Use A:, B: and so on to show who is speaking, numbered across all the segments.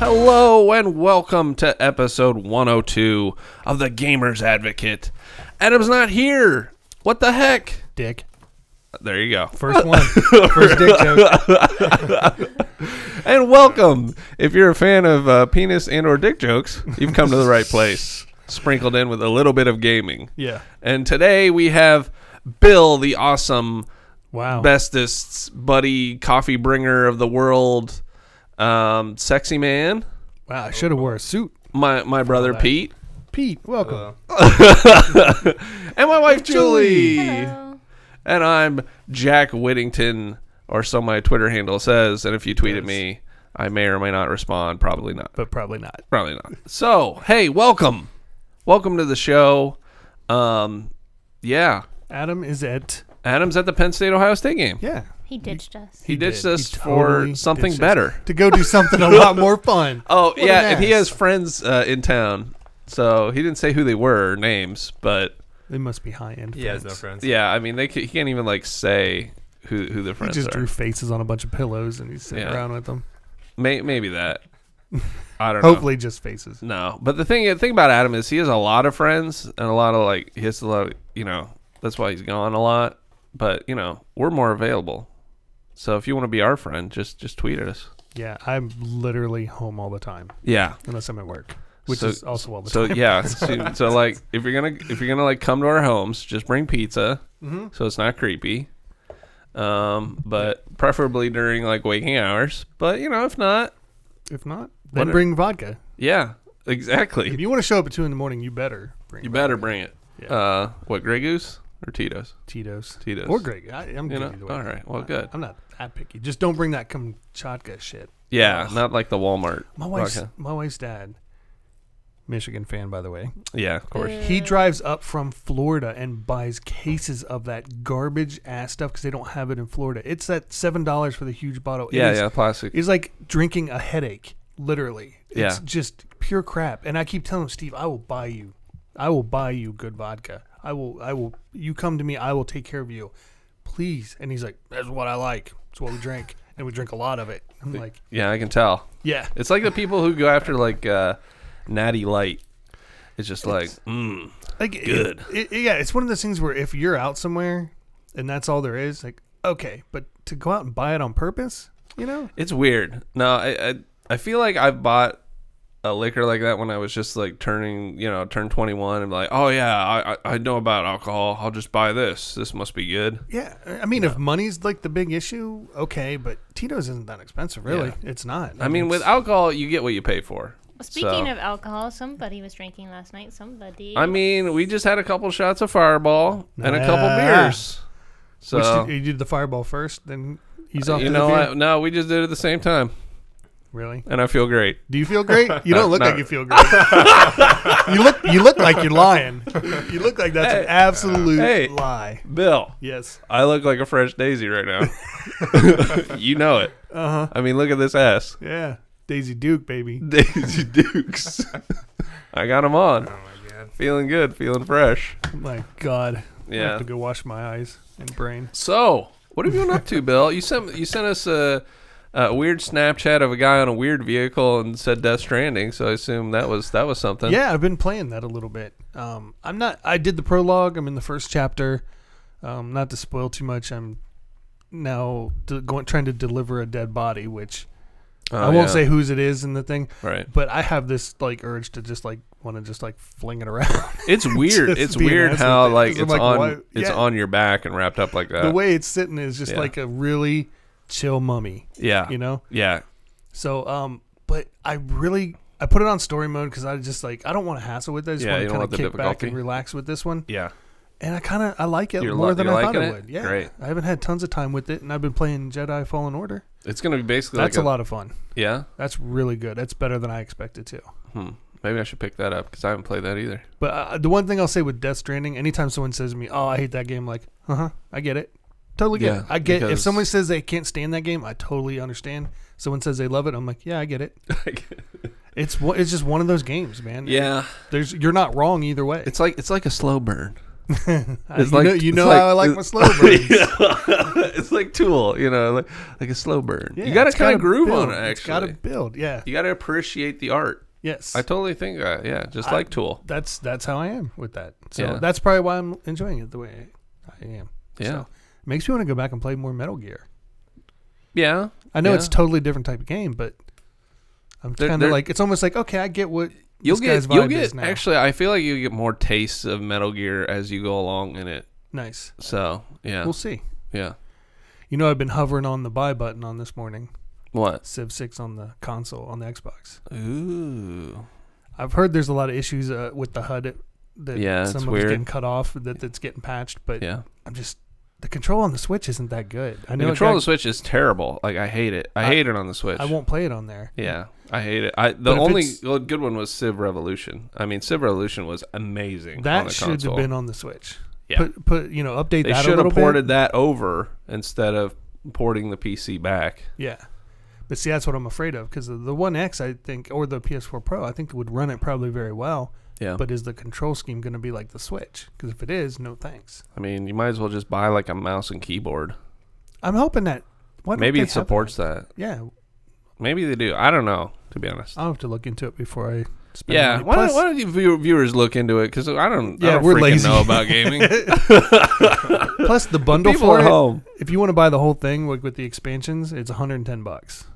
A: Hello and welcome to episode 102 of the Gamers Advocate. Adam's not here. What the heck?
B: Dick.
A: There you go.
B: First one. First dick joke.
A: And welcome. If you're a fan of uh, penis and or dick jokes, you've come to the right place. Sprinkled in with a little bit of gaming.
B: Yeah.
A: And today we have Bill, the awesome
B: Wow.
A: bestest buddy coffee bringer of the world, um, sexy man.
B: Wow. I should have wore a suit.
A: My my brother Pete.
B: Pete, welcome.
A: and my wife Julie.
C: Hello.
A: And I'm Jack Whittington, or so my Twitter handle says. And if you tweet at me, I may or may not respond. Probably not.
B: But probably not.
A: Probably not. So, hey, welcome. Welcome to the show. Um, yeah.
B: Adam is at.
A: Adam's at the Penn State Ohio State game.
B: Yeah.
C: He ditched us.
A: He, ditched
B: did.
A: us
B: He
A: for
B: totally
A: something
B: ditched us.
A: better.
B: To go do something a lot more fun.
A: Oh,
B: an
A: yeah. And he has
B: ass.
A: friends uh, in town. So he didn't say who they were, or names, but
B: They must be high end.
D: He has no friends.
A: yeah, I mean, they ca- he can't even like say who who the
B: He
A: friends
B: just
A: are.
B: drew faces on a bunch of pillows and he's sitting
A: Yeah.
B: around with them.
A: May, maybe that. I don't
B: Hopefully, just faces.
A: know. No, but the thing the thing about Adam is he has a lot of friends and a lot of like he has a lot. Of, you know, that's why he's gone a lot. But you know, we're more available. So if you want to be our friend, just just tweet at us.
B: Yeah. I'm literally home all the time,
A: Yeah.
B: unless I'm at work, which
A: So-
B: is also all the
A: So
B: time.
A: yeah. So, so, like if you're gonna if you're gonna like come to our homes, just bring pizza.
B: Mm-hmm.
A: So it's not creepy. Um, but preferably during like waking hours. But you know, if not,
B: If not, then
A: What-
B: bring vodka.
A: yeah,
B: If
A: exactly.
B: you want to show up at 2 in the morning, you better bring
A: You better bring it.
B: Yeah.
A: Uh, what Grey Goose or Tito's?
B: Tito's.
A: Tito's.
B: Or Greg. I, I'm
A: You
B: good
A: know?
B: either way.
A: All right. Well, good.
B: I'm not that picky. Just don't bring that Kamchatka shit.
A: Yeah, not like the Walmart.
B: My wife's
A: vodka.
B: my wife's dad, Michigan fan by the way.
A: Yeah, of course.
B: He drives up from Florida and buys cases of that garbage ass stuff because they don't have it in Florida. It's that seven dollars for the huge bottle. It
A: Yeah,
B: is-
A: yeah, plastic.
B: It's like drinking a headache, literally. It's
A: Yeah.
B: just pure crap. And I keep telling him, Steve, I will buy you, I will buy you good vodka. I will, I will. You come to me, I will take care of you, please. And he's like, That's what I like. It's what we drink, and we drink a lot of it. I'm like,
A: Yeah, I can tell.
B: Yeah.
A: It's like the people who go after like uh, Natty Light. It's just like, mm,
B: like it-
A: Good.
B: it- it- yeah, it's one of those things where if you're out somewhere and that's all there is, like okay, but to go out and buy it on purpose, you know,
A: it's weird. No, I, I I feel like I bought a liquor like that when I was just like turning, you know, turned twenty one, and like, oh yeah, I, I I know about alcohol. I'll just buy this. This must be good.
B: yeah. I mean, if money's like the big issue, okay, but Tito's isn't that expensive, really. It's not.
A: I mean, with
B: it's-
A: alcohol, you get what you pay for.
C: Well, Speaking
A: So-
C: of alcohol, somebody was drinking last night. Somebody.
A: I mean, we just had a couple shots of Fireball and a couple
B: Ah.
A: beers. So
B: which did, you did the fireball first, then he's off.
A: Uh, you
B: to
A: know
B: the beer?
A: what? No, we just did it at the same time,
B: really?
A: and I feel great.
B: Do you feel great? You don't look
A: no.
B: like you feel great. you look, you look like you're lying. You look like that's an absolute
A: Hey.
B: lie.
A: Bill,
B: Yes.
A: I look like a fresh daisy right now. you know it.
B: Uh huh.
A: I mean, look at this ass,
B: Yeah. Daisy Duke, baby.
A: Daisy Dukes. I got them on,
D: Oh my god.
A: feeling good, feeling fresh.
B: My God. I
A: Yeah.
B: have to go wash my eyes and brain.
A: So, what have you been up to, Bill? You sent you sent us a, a weird Snapchat of a guy on a weird vehicle and said Death Stranding. So I assume that was that was something.
B: Yeah, I've been playing that a little bit. Um, I'm not. I did the prologue. I'm in the first chapter. Um, not to spoil too much. I'm now de- going trying to deliver a dead body, which
A: Oh,
B: I won't
A: yeah.
B: say whose it is in the thing.
A: Right.
B: But I have this like urge to just like want to just like fling it around.
A: It's weird.
B: Just
A: it's
B: be an
A: weird
B: asshole
A: how
B: with it,
A: like
B: 'cause
A: it's
B: I'm like,
A: on
B: why-
A: it's
B: yeah.
A: on your back and wrapped up like that.
B: the way it's sitting is just
A: yeah. Ah.
B: like a really chill mummy.
A: yeah.
B: You know.
A: Yeah.
B: So, um, but I really I put it on story mode because I just like I don't want to hassle with this.
A: Yeah,
B: want
A: you don't
B: to kind
A: want
B: of
A: the
B: kick back
A: difficulty.
B: and relax with this one.
A: Yeah.
B: and I kind of I like it
A: You're
B: more
A: lo-
B: than
A: you're
B: I thought
A: liking
B: I
A: it?
B: would. Yeah,
A: Great.
B: I haven't had tons of time with it, and I've been playing Jedi Fallen Order.
A: It's gonna be basically
B: That's
A: like
B: a lot of fun.
A: Yeah.
B: That's really good. That's better than I expected to.
A: Hmm. Maybe I should pick that up because I haven't played that either.
B: But uh, the one thing I'll say with Death Stranding, anytime someone says to me, "Oh, I hate that game," I'm like, uh huh, I get it, totally get.
A: Yeah,
B: it. I get. If
A: because-
B: someone says they can't stand that game, I totally understand. Someone says they love it, I'm like, yeah, I get it. It's one- it's just one of those games, man.
A: yeah.
B: there's you're not wrong either way.
A: It's like it's like a slow burn. It's
B: you
A: like
B: know, you
A: it's
B: know how I like my slow burns.
A: it's like Tool, you know, like like a slow burn. you got to
B: it's
A: kind
B: gotta
A: of groove
B: build.
A: on it.
B: It's got to
A: Actually,
B: build. Yeah.
A: you got to appreciate the art.
B: Yes.
A: I totally think that. Yeah, just like Tool.
B: that's that's how I am with that. So
A: Yeah.
B: that's probably why I'm enjoying it the way I am.
A: Yeah.
B: So, makes me want to go back and play more Metal Gear.
A: Yeah,
B: I know
A: Yeah.
B: it's totally different type of game, but I'm
A: They're-
B: kind of
A: they're-
B: like it's almost like okay, I get what
A: you'll
B: this
A: get
B: guy's
A: you'll
B: vibe is
A: get
B: now.
A: actually. I feel like you get more tastes of Metal Gear as you go along in it.
B: nice.
A: So yeah,
B: We'll see.
A: yeah.
B: You know, I've been hovering on the buy button on this morning.
A: What?
B: Civ Six on the console on the Xbox.
A: Ooh,
B: I've heard there's a lot of issues uh, with the HUD. That
A: Yeah, it's
B: some of
A: weird.
B: it's getting cut off. That that's getting patched, but
A: yeah.
B: I'm just the control on the Switch isn't that good. I
A: The
B: know it
A: control of
B: got-
A: the Switch is terrible. Like I hate it. I,
B: I-
A: hate it on the Switch.
B: I won't play it on there.
A: Yeah, I hate it. I the
B: But if
A: only
B: it's-
A: good good one was Civ Revolution. I mean, Civ Revolution was amazing. on
B: That
A: the
B: should have
A: console.
B: been on the Switch.
A: Yeah.
B: Put put you know update
A: They
B: that a
A: should
B: little
A: have ported
B: bit.
A: that over instead of porting the PC back.
B: Yeah. But see, that's what I'm afraid of because the One X, I think, or the PS4 Pro, I think it would run it probably very well.
A: Yeah,
B: But is the control scheme going to be like the Switch? Because if it is, no thanks.
A: I mean, you might as well just buy like a mouse and keyboard.
B: I'm hoping that. Why don't
A: Maybe
B: they
A: it
B: have
A: supports that.
B: that? Yeah,
A: Maybe they do. I don't know. To be honest.
B: I'll have to look into it before I. Spend
A: Yeah,
B: money.
A: why don't,
B: Plus-
A: why don't you view, viewers look into it? Because I don't, I
B: Yeah,
A: don't
B: we're
A: freaking
B: lazy.
A: know about gaming.
B: Plus the bundle
A: People
B: for
A: at
B: it,
A: home.
B: If you want to buy the whole thing like with the expansions, it's 110 bucks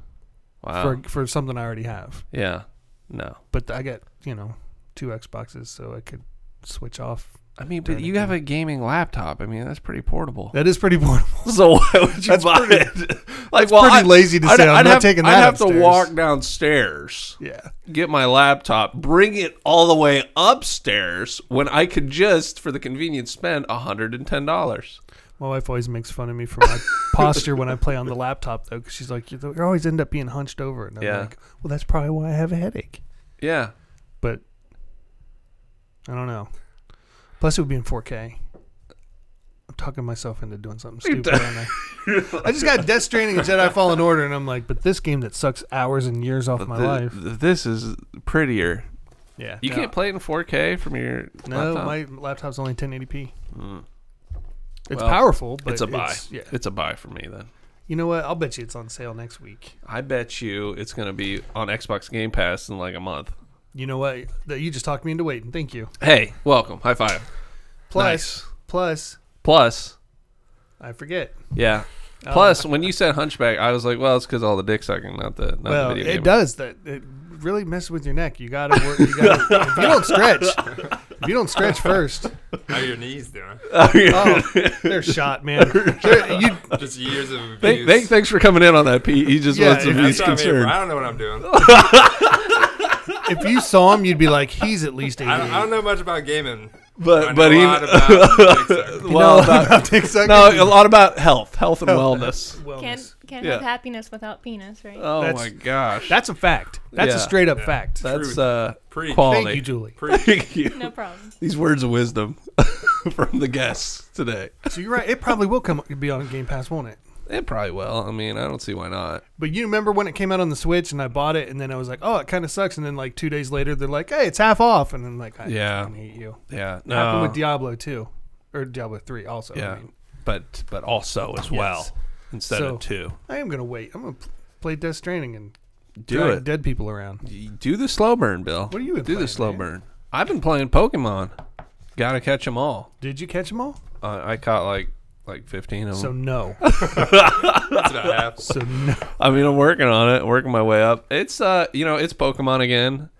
A: Wow.
B: for for something I already have.
A: yeah. No.
B: But I get you know two Xboxes, so I could switch off.
A: I mean,
B: Darn
A: but
B: it,
A: you
B: dude.
A: have a gaming laptop. I mean, that's pretty portable.
B: That is pretty portable.
A: So why would you
B: That's
A: buy
B: pretty-
A: it? Like, well,
B: pretty lazy to say, I'm not
A: have,
B: taking
A: I'd
B: that
A: have to
B: upstairs.
A: walk downstairs,
B: Yeah.
A: get my laptop, bring it all the way upstairs when I could just, for the convenience, spend hundred and ten dollars.
B: My wife always makes fun of me for my posture when I play on the laptop, though, because she's like, you you always end up being hunched over. And I'm
A: Yeah.
B: like, well, that's probably why I have a headache.
A: Yeah.
B: But I don't know. Plus, it would be in 4K. I'm talking myself into doing something stupid. aren't I? I just got Death Stranding and Jedi Fallen Order, and I'm like, but this game that sucks hours and years off my
A: Th-
B: life.
A: th- This is prettier.
B: Yeah.
A: You
B: no,
A: can't play it in 4K from your
B: No,
A: laptop?
B: my laptop's only 1080p.
A: Mm.
B: It's
A: Well,
B: powerful, but
A: it's a buy.
B: yeah.
A: It's a buy for me then.
B: You know what? I'll bet you it's on sale next week.
A: I bet you it's going to be on Xbox Game Pass in like a month.
B: You know what? That You just talked me into waiting. Thank you.
A: Hey, welcome. High five.
B: Plus,
A: Nice.
B: plus,
A: Plus,
B: I forget.
A: yeah.
B: Uh,
A: Plus, when you said Hunchback, I was like, well, it's because all the dick sucking, not the not
B: well,
A: the
B: it
A: video game.
B: does that. It really messes with your neck. You gotta work. You gotta, if you don't stretch, if you don't stretch first,
D: How are your knees doing?
A: Uh,
B: oh, they're shot, man. They're- you-
D: Just years of abuse.
A: Thank, thank, thanks for coming in on that, Pete. He just
B: Yeah,
A: wants to
B: if
A: be
D: That's what I mean, bro.
A: concerned.
D: I don't know what I'm doing.
B: if you saw him, you'd be like, he's at least eighty.
D: I don't, I don't know much about gaming. I
A: But
D: know
A: but
D: a
A: he
D: lot about dick
A: well about, no uh, a
B: no,
A: lot about health, health and wellness.
C: Can't can't
A: Yeah.
C: have happiness without penis, right?
A: Oh
B: That's-
A: my gosh,
B: That's a fact. That's
A: Yeah.
B: a straight up fact.
A: that's
D: Truth.
A: uh,
D: Preach.
A: quality.
B: Thank you, Julie.
D: sucking.
A: Thank you.
C: No problem.
A: These words of wisdom from the guests today.
B: So you're right. It probably will come be on Game Pass, won't it?
A: It probably will. I mean, I don't see why not.
B: But you remember when it came out on the Switch and I bought it and then I was like, oh, it kind of sucks. And then like two days later, they're like, hey, it's half off. And then like, I
A: Yeah.
B: fucking hate you.
A: Yeah,
B: It Happened with Diablo 2 or Diablo 3 also.
A: yeah,
B: I, mean,
A: but but also as well instead
B: So-
A: of two.
B: I am going to wait. I'm going to play Death Stranding and
A: Do
B: drag
A: it.
B: dead people around.
A: Y- Do the slow burn, Bill.
B: What are you been
A: do the
B: playing,
A: slow
B: man?
A: burn? I've been playing Pokemon. Got to catch them all.
B: Did you catch them all?
A: Uh, I caught like like fifteen of them.
B: So no.
D: That's about half.
B: so no.
A: I mean, I'm working on it, working my way up. It's uh, you know, it's Pokemon again.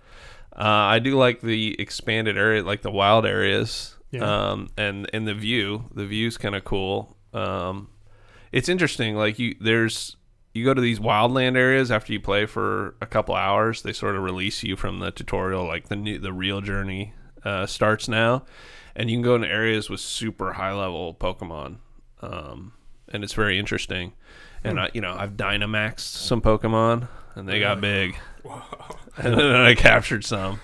A: Uh, I do like the expanded area, like the wild areas.
B: Yeah.
A: Um, and and the view, the view's kind of cool. Um, it's interesting. Like you, there's you go to these wildland areas after you play for a couple hours. They sort of release you from the tutorial. Like the new, the real journey uh, starts now, and you can go into areas with super high level Pokemon. Um, and it's very interesting. And
B: Hmm.
A: I, you know, I've Dynamaxed some Pokemon, and they got big. And then I captured some.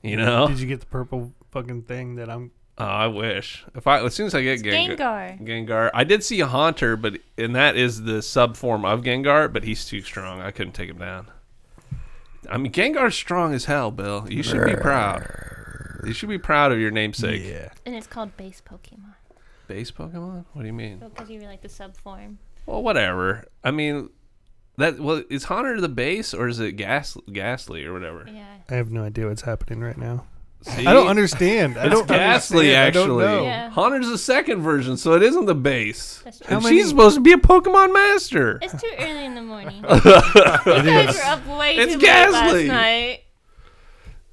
A: You know,
B: Did you get the purple fucking thing that I'm.
A: Oh, I wish if I as soon as I get Gengar,
C: Gengar.
A: Gengar. I did see a Haunter, but and that is the sub form of Gengar, but he's too strong. I couldn't take him down. I mean, Gengar's strong as hell, Bill. You should be proud. You should be proud of your namesake.
B: Yeah.
C: And it's called base Pokemon
A: Base Pokemon? What do you mean?
C: because Oh, you were like the sub form.
A: Well, whatever. I mean, that well, is Haunter the base or is it Gas Ghastly or whatever?
C: Yeah.
B: I have no idea what's happening right now.
A: See?
B: I don't understand. I
A: It's
B: don't
A: Ghastly,
B: understand.
A: actually.
B: I don't know.
C: Yeah.
A: Haunter's the second version, so it isn't the base.
C: That's true.
A: And
B: How many-
A: she's supposed to be a Pokemon master.
C: It's too early in the morning. you guys were up way
A: It's
C: too late last
A: ghastly.
C: night.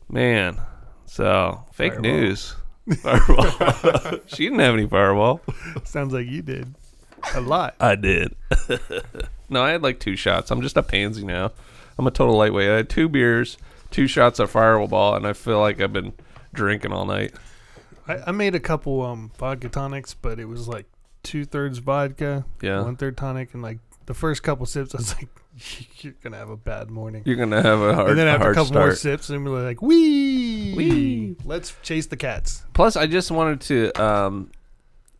A: Man, so fake news. Firewall. she didn't have any firewall.
B: Sounds like you did a lot.
A: I did. no, I had like two shots. I'm just a pansy now. I'm a total lightweight. I had two beers, two shots of fireball, and I feel like I've been drinking all night.
B: I, I made a couple um vodka tonics, but it was like two thirds vodka,
A: Yeah.
B: one third tonic, and like the first couple sips, I was like, "You're gonna have a bad morning."
A: You're gonna have a hard,
B: and then after
A: hard
B: a couple more
A: start.
B: sips, and we're like, "Wee,
A: Wee.
B: let's chase the cats."
A: Plus, I just wanted to um,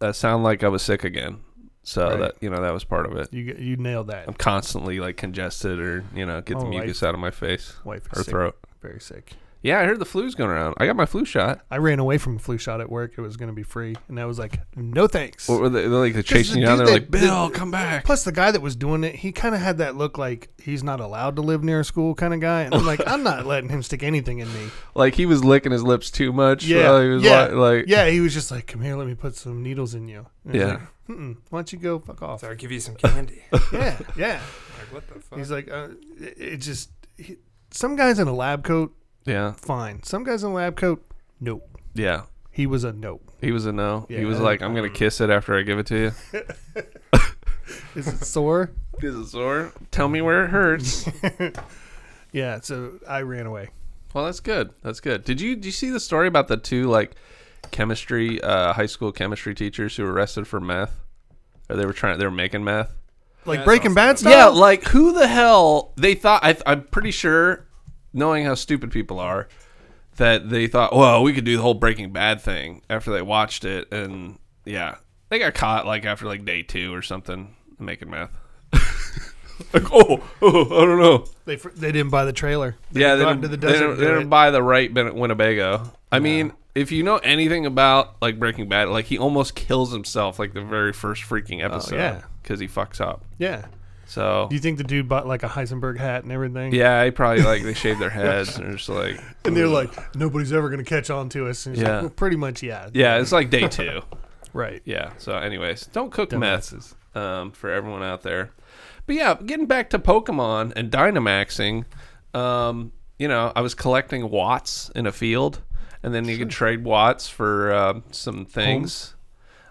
A: uh, sound like I was sick again, so
B: Right.
A: that you know that was part of it.
B: You g- you nailed that.
A: I'm constantly like congested or you know get the
B: My wife-
A: mucus out of my face
B: Wife is
A: or
B: sick,
A: throat.
B: very sick.
A: Yeah, I heard the flu's going around. I got my flu shot.
B: I ran away from a flu shot at work. It was gonna be free, and I was like, "No thanks."
A: What were they, they're like they're chasing
B: the
A: you down. They're
B: dude
A: like,
B: that-
A: Bill,
B: that-
A: come back.
B: Plus, the guy that was doing it, he kind of had that look like he's not allowed to live near a school kind of guy. And I'm like, I'm not letting him stick anything in me.
A: Like he was licking his lips too much.
B: Yeah,
A: while he was
B: yeah,
A: li- like
B: yeah. He was just like, "Come here, let me put some needles in you." And I was
A: Yeah.
B: like, Mm-mm, why don't you go fuck off?
D: So I give you some candy. like,
B: yeah, yeah.
D: what the fuck?
B: He's like, uh, it, it just he, some guys in a lab coat,
A: yeah,
B: fine. Some guys in a lab coat, no.
A: yeah.
B: He was a no.
A: He was a no. he
B: Yeah.
A: was like, I'm gonna kiss it after I give it to you.
B: Is it sore?
A: Is it sore? Tell me where it hurts.
B: Yeah. So I ran away.
A: Well, that's good. That's good. Did you did you see the story about the two like chemistry uh, high school chemistry teachers who were arrested for meth? Or they were trying they were making meth?
B: Like
D: That's
B: Breaking
D: awesome.
B: Bad stuff.
A: Yeah, like who the hell they thought I I'm pretty sure knowing how stupid people are that they thought, "Well, we could do the whole Breaking Bad thing" after they watched it and yeah. They got caught like after like day 2 or something making meth. like, oh, oh, I don't know.
B: They fr- they didn't buy the trailer.
A: Yeah, they
B: go out
A: didn't,
B: into the
A: they
B: desert
A: didn't-
B: and
A: they
B: do
A: didn't
B: it.
A: buy the right Ben- Winnebago. I mean, if you know anything about like Breaking Bad, like he almost kills himself like the very first freaking episode
B: Oh, yeah.
A: because he fucks up.
B: Yeah.
A: So
B: Do you think the dude bought like a Heisenberg hat and everything?
A: yeah, he probably like they shave their heads and they're just like
B: And they're like, nobody's ever gonna catch on to us. And he's like,
A: Yeah.
B: well, pretty much, yeah.
A: yeah, it's like day two.
B: Right.
A: Yeah. So, anyways, don't cook meth
B: Dumbasses.
A: um, for everyone out there. But yeah, getting back to Pokemon and Dynamaxing, um, you know, I was collecting watts in a field, and then you could trade watts for um, some things.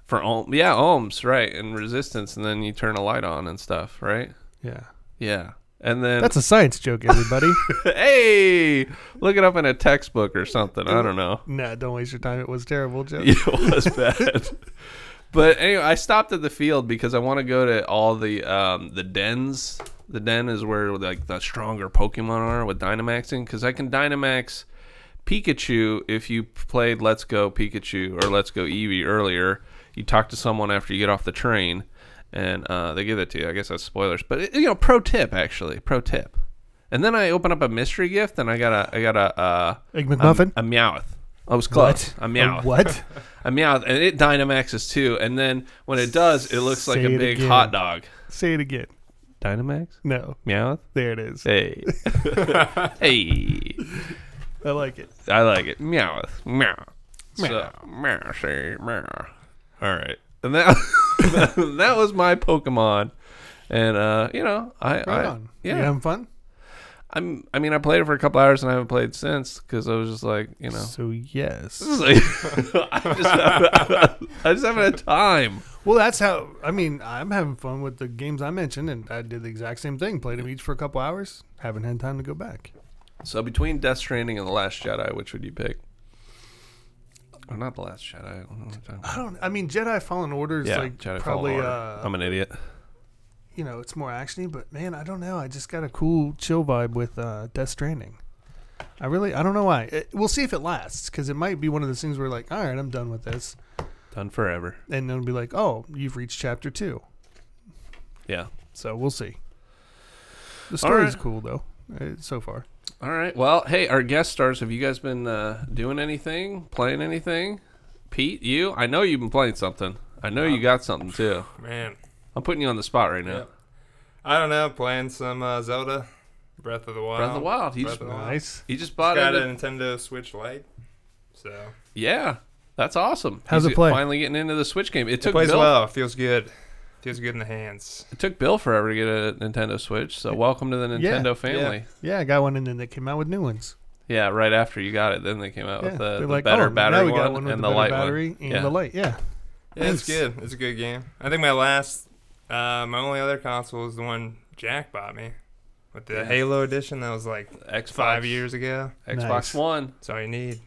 A: For ohm, yeah, ohms, right, and resistance, and then you turn a light on and stuff, right?
B: Yeah.
A: Yeah, and then
B: That's a science joke, everybody.
A: hey, look it up in a textbook or something. I don't know.
B: no, don't waste your time. It was a terrible joke.
A: Yeah, it was bad. but anyway, I stopped at the field because I want to go to all the um, the dens. The den is where like the stronger Pokemon are with Dynamaxing because I can Dynamax Pikachu if you played Let's Go Pikachu or Let's Go Eevee earlier. You talk to someone after you get off the train, and uh, they give it to you. I guess that's spoilers, but it, you know, pro tip actually, pro tip. And then I open up a mystery gift, and I got a I got a uh,
B: Egg McMuffin?
A: a, a Meowth. I was close. A Meowth.
B: A what?
A: I meow, and it Dynamaxes too. And then when it does, it looks like
B: Say
A: a
B: it
A: big
B: again.
A: hot dog.
B: Say it again.
A: Dynamax?
B: No,
A: Meowth?
B: there it is.
A: Hey. hey.
B: I like it.
A: I like it. Meowth. Meow. So, meow, say meow. All right. And that, that was my Pokemon. And, uh, you know, I.
B: Right
A: I
B: on.
A: Yeah.
B: You having fun?
A: I'm, I mean, I played it for a couple hours and I haven't played since because I was just like, you know.
B: So yes.
A: I just, I just haven't had time.
B: Well, that's how. I mean, I'm having fun with the games I mentioned, and I did the exact same thing. Played them each for a couple hours. Haven't had time to go back.
A: So between Death Stranding and The Last Jedi, which would you pick? Or not The Last Jedi. I don't know what I'm talking about.
B: I don't. I mean, Jedi Fallen Order is like
A: Jedi Fallen
B: probably.
A: Order.
B: Uh,
A: I'm an idiot.
B: you know, it's more actiony, but man, I don't know. I just got a cool chill vibe with uh, Death Stranding. I really, I don't know why. It, we'll see if it lasts because it might be one of those things where like, all right, I'm done with this,
A: Done forever.
B: and it'll be like, oh, you've reached chapter two.
A: Yeah.
B: So we'll see. The story's
A: right.
B: cool though. uh, so far.
A: All right. Well, hey, our guest stars. Have you guys been uh, doing anything? Playing anything? Pete, you? I know you've been playing something. I know you got something too.
D: Man,
A: I'm putting you on the spot right now.
D: Yep. I don't know. Playing some uh, Zelda, Breath of the Wild.
A: Breath of the Wild. He just,
D: Breath of the Wild.
B: Nice.
A: he just
D: Just
A: bought
D: got
A: it.
D: a Nintendo Switch Lite, so
A: yeah, that's awesome.
B: How's
A: He's
B: it play?
A: Finally getting into the Switch game. It
D: it
A: took
D: plays
A: Bill.
D: well. Feels good. Feels good in the hands.
A: It took Bill forever to get a Nintendo Switch. So welcome to the
B: Yeah.
A: Nintendo family.
B: Yeah, I got one, and then they came out with new ones.
A: Yeah. right after you got it, then they came out
B: yeah,
A: with the,
B: they're
A: the
B: like,
A: better
B: oh, now
A: battery
B: we got
A: one,
B: one with
A: and
B: the,
A: the
B: better
A: light one.
B: battery and
A: Yeah.
B: the light. Yeah,
D: Yeah, it's
B: Nice.
D: good. It's a good game. I think my last, uh, my only other console is the one Jack bought me, with the
A: Yeah.
D: Halo edition. That was like
A: Xbox,
D: five years ago.
A: Xbox
B: Nice.
A: One.
D: That's all you need.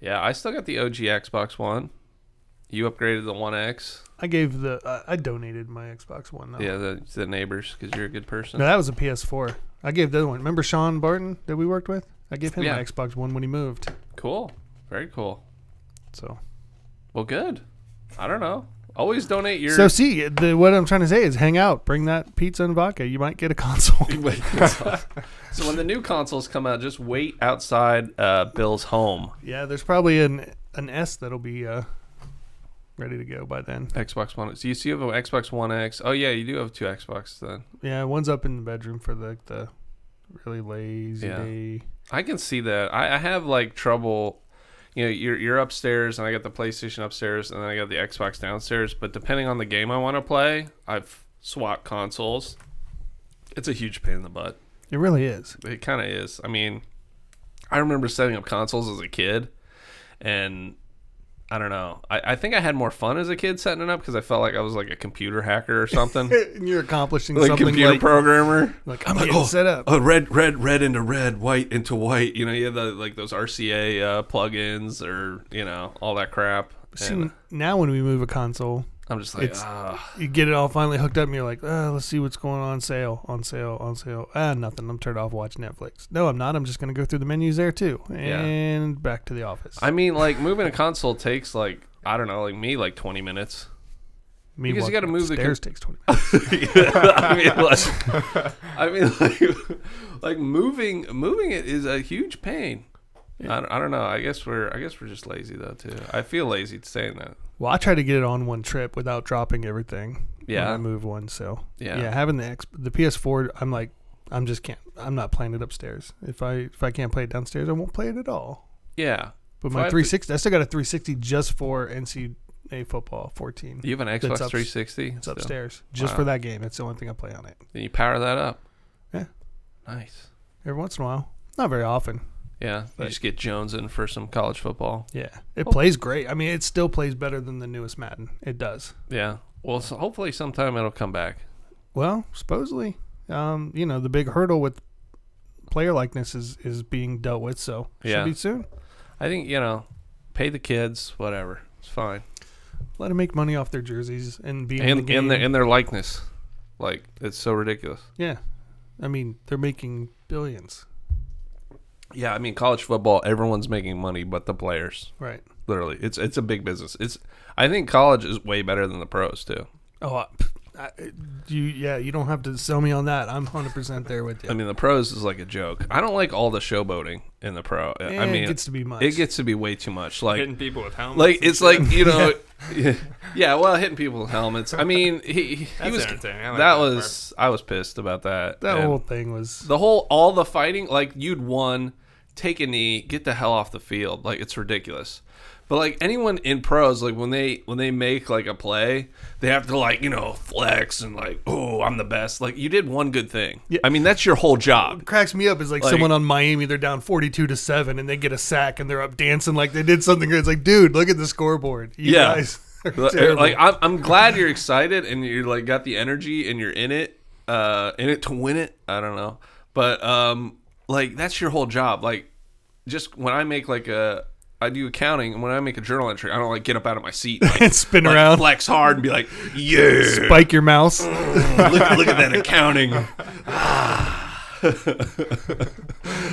A: Yeah, I still got the OG Xbox One. You upgraded the One X.
B: I gave the uh, I donated my Xbox One though.
A: Yeah, the, to the neighbors because you're a good person.
B: No, that was a PS4. I gave the other one. Remember Sean Barton that we worked with? I gave him
A: Yeah.
B: my Xbox One when he moved.
A: Cool, very cool.
B: So,
A: Well, good. I don't know. Always donate your.
B: so see, the, what I'm trying to say is, hang out, bring that pizza and vodka. You might get a console.
A: so when the new consoles come out, just wait outside uh, Bill's home.
B: yeah, there's probably an an S that'll be uh, ready to go by then.
A: Xbox One. So you see, you have an Xbox One X. Oh yeah, you do have two Xbox then.
B: Yeah, one's up in the bedroom for the the really lazy
A: Yeah.
B: day.
A: I can see that. I, I have like trouble. You know, you're you're upstairs, and I got the PlayStation upstairs, and then I got the Xbox downstairs. But depending on the game I want to play, I've swapped consoles. It's a huge pain in the butt.
B: It really is.
A: It kind of is. I mean, I remember setting up consoles as a kid, and I don't know. I, I think I had more fun as a kid setting it up because I felt like I was like a computer hacker or something,
B: And you're accomplishing
A: like
B: something
A: computer
B: like,
A: programmer.
B: like I'm getting set up.
A: Oh, red, red, red into red, white into white. You know, you have the, like those RCA uh, plugins or you know all that crap.
B: See,
A: And
B: now when we move a console,
A: I'm just like,
B: it's-
A: ah,
B: you get it all finally hooked up, and you're like, uh, let's see what's going on sale, on sale, on sale. Ah, nothing. I'm turned off. Watch Netflix. No, I'm not. I'm just gonna go through the menus there too, and back to the office.
A: I mean, like moving a console takes like I don't know, like me, like 20 minutes.
B: Me
A: because you gotta
B: walking
A: move the
B: upstairs takes 20 minutes.
A: I mean, like, I mean, like, like moving, moving it is a huge pain. I, don't, I don't know. I guess we're, I guess we're just lazy though too. I feel lazy saying that.
B: Well, I try to get it on one trip without dropping everything.
A: Yeah.
B: when I move one, so
A: Yeah.
B: having the X, the PS4, I'm like, I'm just can't. I'm not playing it upstairs. If I if I can't play it downstairs, I won't play it at all.
A: Yeah,
B: But
A: If I
B: my
A: have to-
B: 360, I still got a 360 just for NCAA football 14.
A: you have an Xbox
B: It's ups-
A: 360.
B: It's
A: still?
B: upstairs just
A: Wow.
B: for that game. It's the only thing I play on it.
A: Then you power that up.
B: Yeah.
A: Nice.
B: Every once in a while, not very often.
A: Yeah, you
B: But-
A: just get Jones in for some college football.
B: Yeah, it
A: Oh.
B: plays great. I mean, it still plays better than the newest Madden. It does.
A: Yeah. Well, so hopefully sometime it'll come back.
B: Well, supposedly, um, you know, the big hurdle with player likeness is is being dealt with. So
A: Yeah.
B: should be soon.
A: I think you know, pay the kids, whatever. It's fine.
B: Let them make money off their jerseys and be in the
A: And
B: game.
A: and their and their likeness, like it's so ridiculous.
B: yeah, I mean, they're making billions.
A: Yeah, I mean college football, everyone's making money but the players.
B: Right.
A: Literally. It's it's a big business. It's I think college is way better than the pros too.
B: Oh, I, I, you yeah, you don't have to sell me on that. I'm 100 percent there with you.
A: I mean the pros is like a joke. I don't like all the showboating in the pro.
B: Eh,
A: I mean
B: it gets to be much.
A: it gets to be way too much. Like
D: Hitting people with helmets.
A: like
D: and
A: it's
D: shit.
A: like, you know, yeah, well, hitting people with helmets. I mean, he he
D: That's
A: was
D: entertaining. I
A: that,
D: like
A: was I was pissed about that.
B: that
A: And
B: whole thing was
A: the whole all the fighting like you'd won take a knee get the hell off the field like it's ridiculous but like anyone in pros like when they when they make like a play they have to like you know flex and like oh i'm the best like you did one good thing
B: Yeah.
A: i mean that's your whole job
B: cracks me up is like,
A: Like-
B: someone on Miami, they're down 42 to 7 and they get a sack and they're up dancing like they did something good. It's like, dude, look at the scoreboard. You
A: Yeah.
B: guys are terrible.
A: like I'm, I'm glad you're excited and you're like got the energy and you're in it uh in it to win it i don't know but um like that's your whole job like just when i make like a i do accounting and when i make a journal entry i don't like get up out of my seat and, like,
B: and spin
A: like,
B: around,
A: flex hard, and be like, "Yeah,
B: spike your mouse.
A: look, look at that accounting."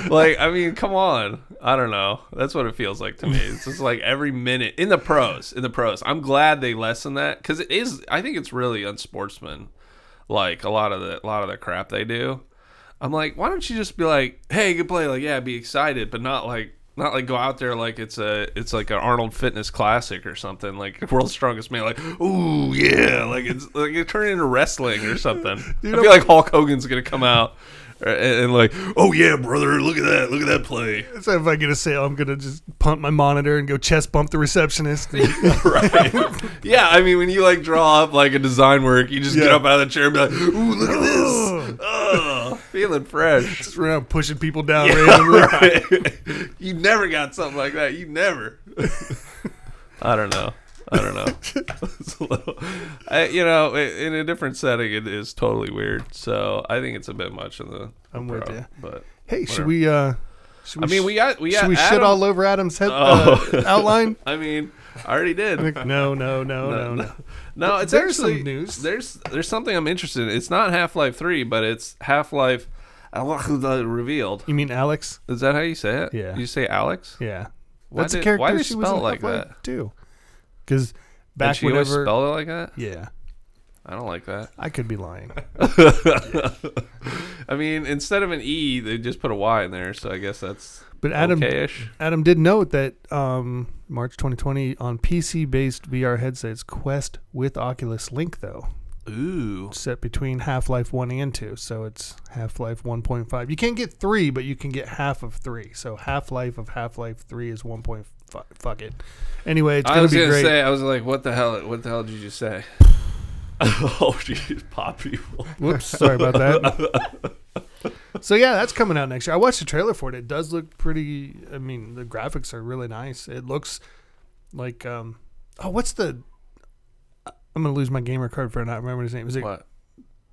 A: like, I mean, come on. I don't know. That's what it feels like to me. It's just like every minute in the pros, in the pros. I'm glad they lessen that because it is. I think it's really unsportsman. Like a lot of the a lot of the crap they do. I'm like, why don't you just be like, hey, good play, like yeah, be excited, but not like not like go out there like it's a it's like an Arnold Fitness Classic or something like World's Strongest Man, like ooh yeah, like it's like it turned into wrestling or something. I feel like Hulk Hogan's gonna come out. uh, And, and like, oh yeah, brother, look at that, look at that play.
B: So if I get a sale, I'm gonna just pump my monitor and go chest bump the receptionist.
A: right. yeah, I mean, when you like draw up like a design work, you just get
B: Yeah.
A: up out of the chair and be like, ooh, look at this, oh, feeling fresh.
B: just around pushing people down.
A: Yeah,
B: randomly.
A: right. you never got something like that. You never. I don't know. I don't know. It's a little- I, you know, i- in a different setting, it is totally weird. So I think it's a bit much of the.
B: I'm with
A: bro,
B: ya.
A: But
B: Hey, should
A: Whatever.
B: we? uh should
A: I mean, we got we
B: should
A: got.
B: we shit
A: Adam-
B: all over Adam's head
A: Oh.
B: uh, outline?
A: I mean, I already did.
B: No, no, no, no, no.
A: No, it's
B: there's
A: actually
B: some news.
A: There's there's something I'm interested in. It's not Half Life Three, but it's Half Life Revealed.
B: You mean Alex?
A: Is that how you say it?
B: Yeah.
A: You say Alex?
B: Yeah,
A: Why
B: that's
A: did-
B: a character.
A: Why did
B: she
A: she
B: was
A: spell
B: in
A: it like
B: Half-Life
A: that?
B: too. Because
A: Did
B: back
A: she always
B: whenever,
A: spell it like that?
B: yeah,
A: I don't like that.
B: I could be lying.
A: I mean, instead of an E, they just put a Y in there, so I guess that's
B: But Adam,
A: okay-ish.
B: Adam did note that um, March 2020 on PC-based VR headsets, Quest with Oculus Link though
A: Ooh.
B: set between Half-Life 1 and 2, so it's Half-Life 1.5. You can't get 3, but you can get half of 3. So Half-Life of Half-Life 3 is 1.5. Fuck it. Anyway, it's
A: I
B: gonna
A: was
B: be
A: gonna
B: great.
A: say, I was like, what the hell? What the hell did you say? oh, jeez, pop people.
B: Whoops, sorry about that. so yeah, that's coming out next year. I watched the trailer for it. It does look pretty. I mean, the graphics are really nice. It looks like um. Oh, what's the? I'm gonna lose my gamer card for not remembering his name. Is it
A: What?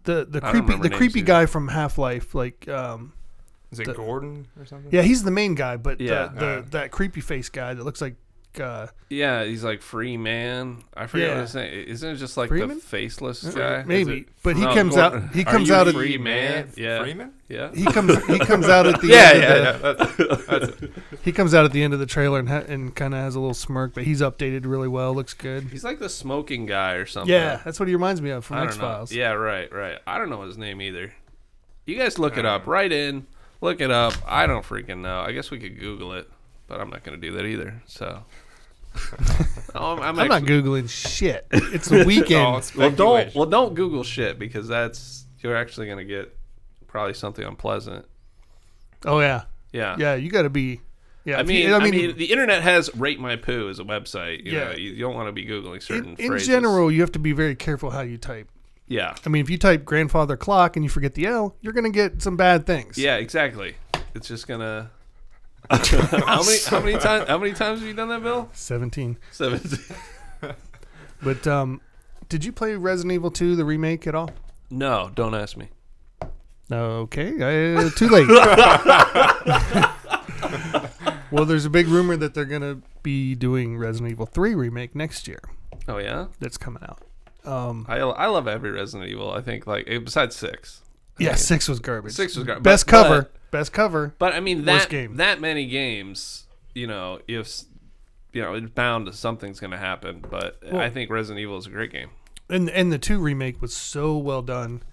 B: the the
A: don't
B: creepy
A: remember
B: the
A: names
B: creepy
A: either.
B: guy from Half Life? Like um,
D: Is it
B: The-
D: Gordon or something?
B: yeah, he's the main guy, but
A: Yeah.
B: the, the
D: Uh.
B: that creepy face guy that looks like uh,
A: Yeah, he's like free man. I forget
B: Yeah.
A: what his name. Isn't it just like
B: Freeman?
A: the faceless guy? Is
B: maybe,
A: it-
B: but he
A: No,
B: comes
A: Gor-
B: out he
A: Are
B: comes
A: you
B: out at
A: free man.
D: F-
A: Yeah.
D: Freeman?
A: Yeah.
B: he comes he comes out at the
D: Yeah,
B: end of
D: yeah,
B: the-
D: yeah. That's, that's it.
B: He comes out at the end of the trailer and ha- and kind of has a little smirk, but he's updated really well. Looks good.
A: He's like the smoking guy or something.
B: Yeah, that's what he reminds me of
A: I
B: from
A: don't
B: X
A: know.
B: Files.
A: Yeah, right, right. I don't know his name either. You guys look it up. Write in. Look it up. I don't freaking know. I guess we could Google it, but I'm not going to do that either. So. Oh, I'm,
B: I'm not
A: actually-
B: googling shit. It's the
D: All
B: weekend.
A: Well, don't
D: Oh, speculation.
A: well don't Google shit because that's you're actually going to get probably something unpleasant.
B: oh yeah,
A: Yeah.
B: yeah. You got to be. Yeah,
A: I
B: if you-
A: mean, I mean, the internet has "rate my poo" as a website. You
B: Yeah.
A: know, you, you don't want to be googling certain
B: in, in
A: phrases.
B: general, you have to be very careful how you type.
A: yeah,
B: I mean, if you type grandfather clock and you forget the L, you're gonna get some bad things.
A: yeah, exactly. It's just gonna. how many how many times how many times have you done that, Bill?
B: seventeen.
A: Seventeen.
B: But um, did you play Resident Evil 2, the remake, at all?
A: No, don't ask me.
B: Okay, uh, too late. well, there's a big rumor that they're gonna be doing Resident Evil 3 remake next year.
A: Oh yeah,
B: That's coming out. Um,
A: I I love every Resident Evil. I think like eh, besides six,
B: yeah, six was garbage.
A: six was great.
B: best
A: but-
B: cover.
A: but-
B: best cover.
A: But I mean
B: Worst
A: that
B: game.
A: that many games, you know, if s- you know, it's bound to something's going to happen. But I think Resident Evil is a great game.
B: And and the two remake was so well done.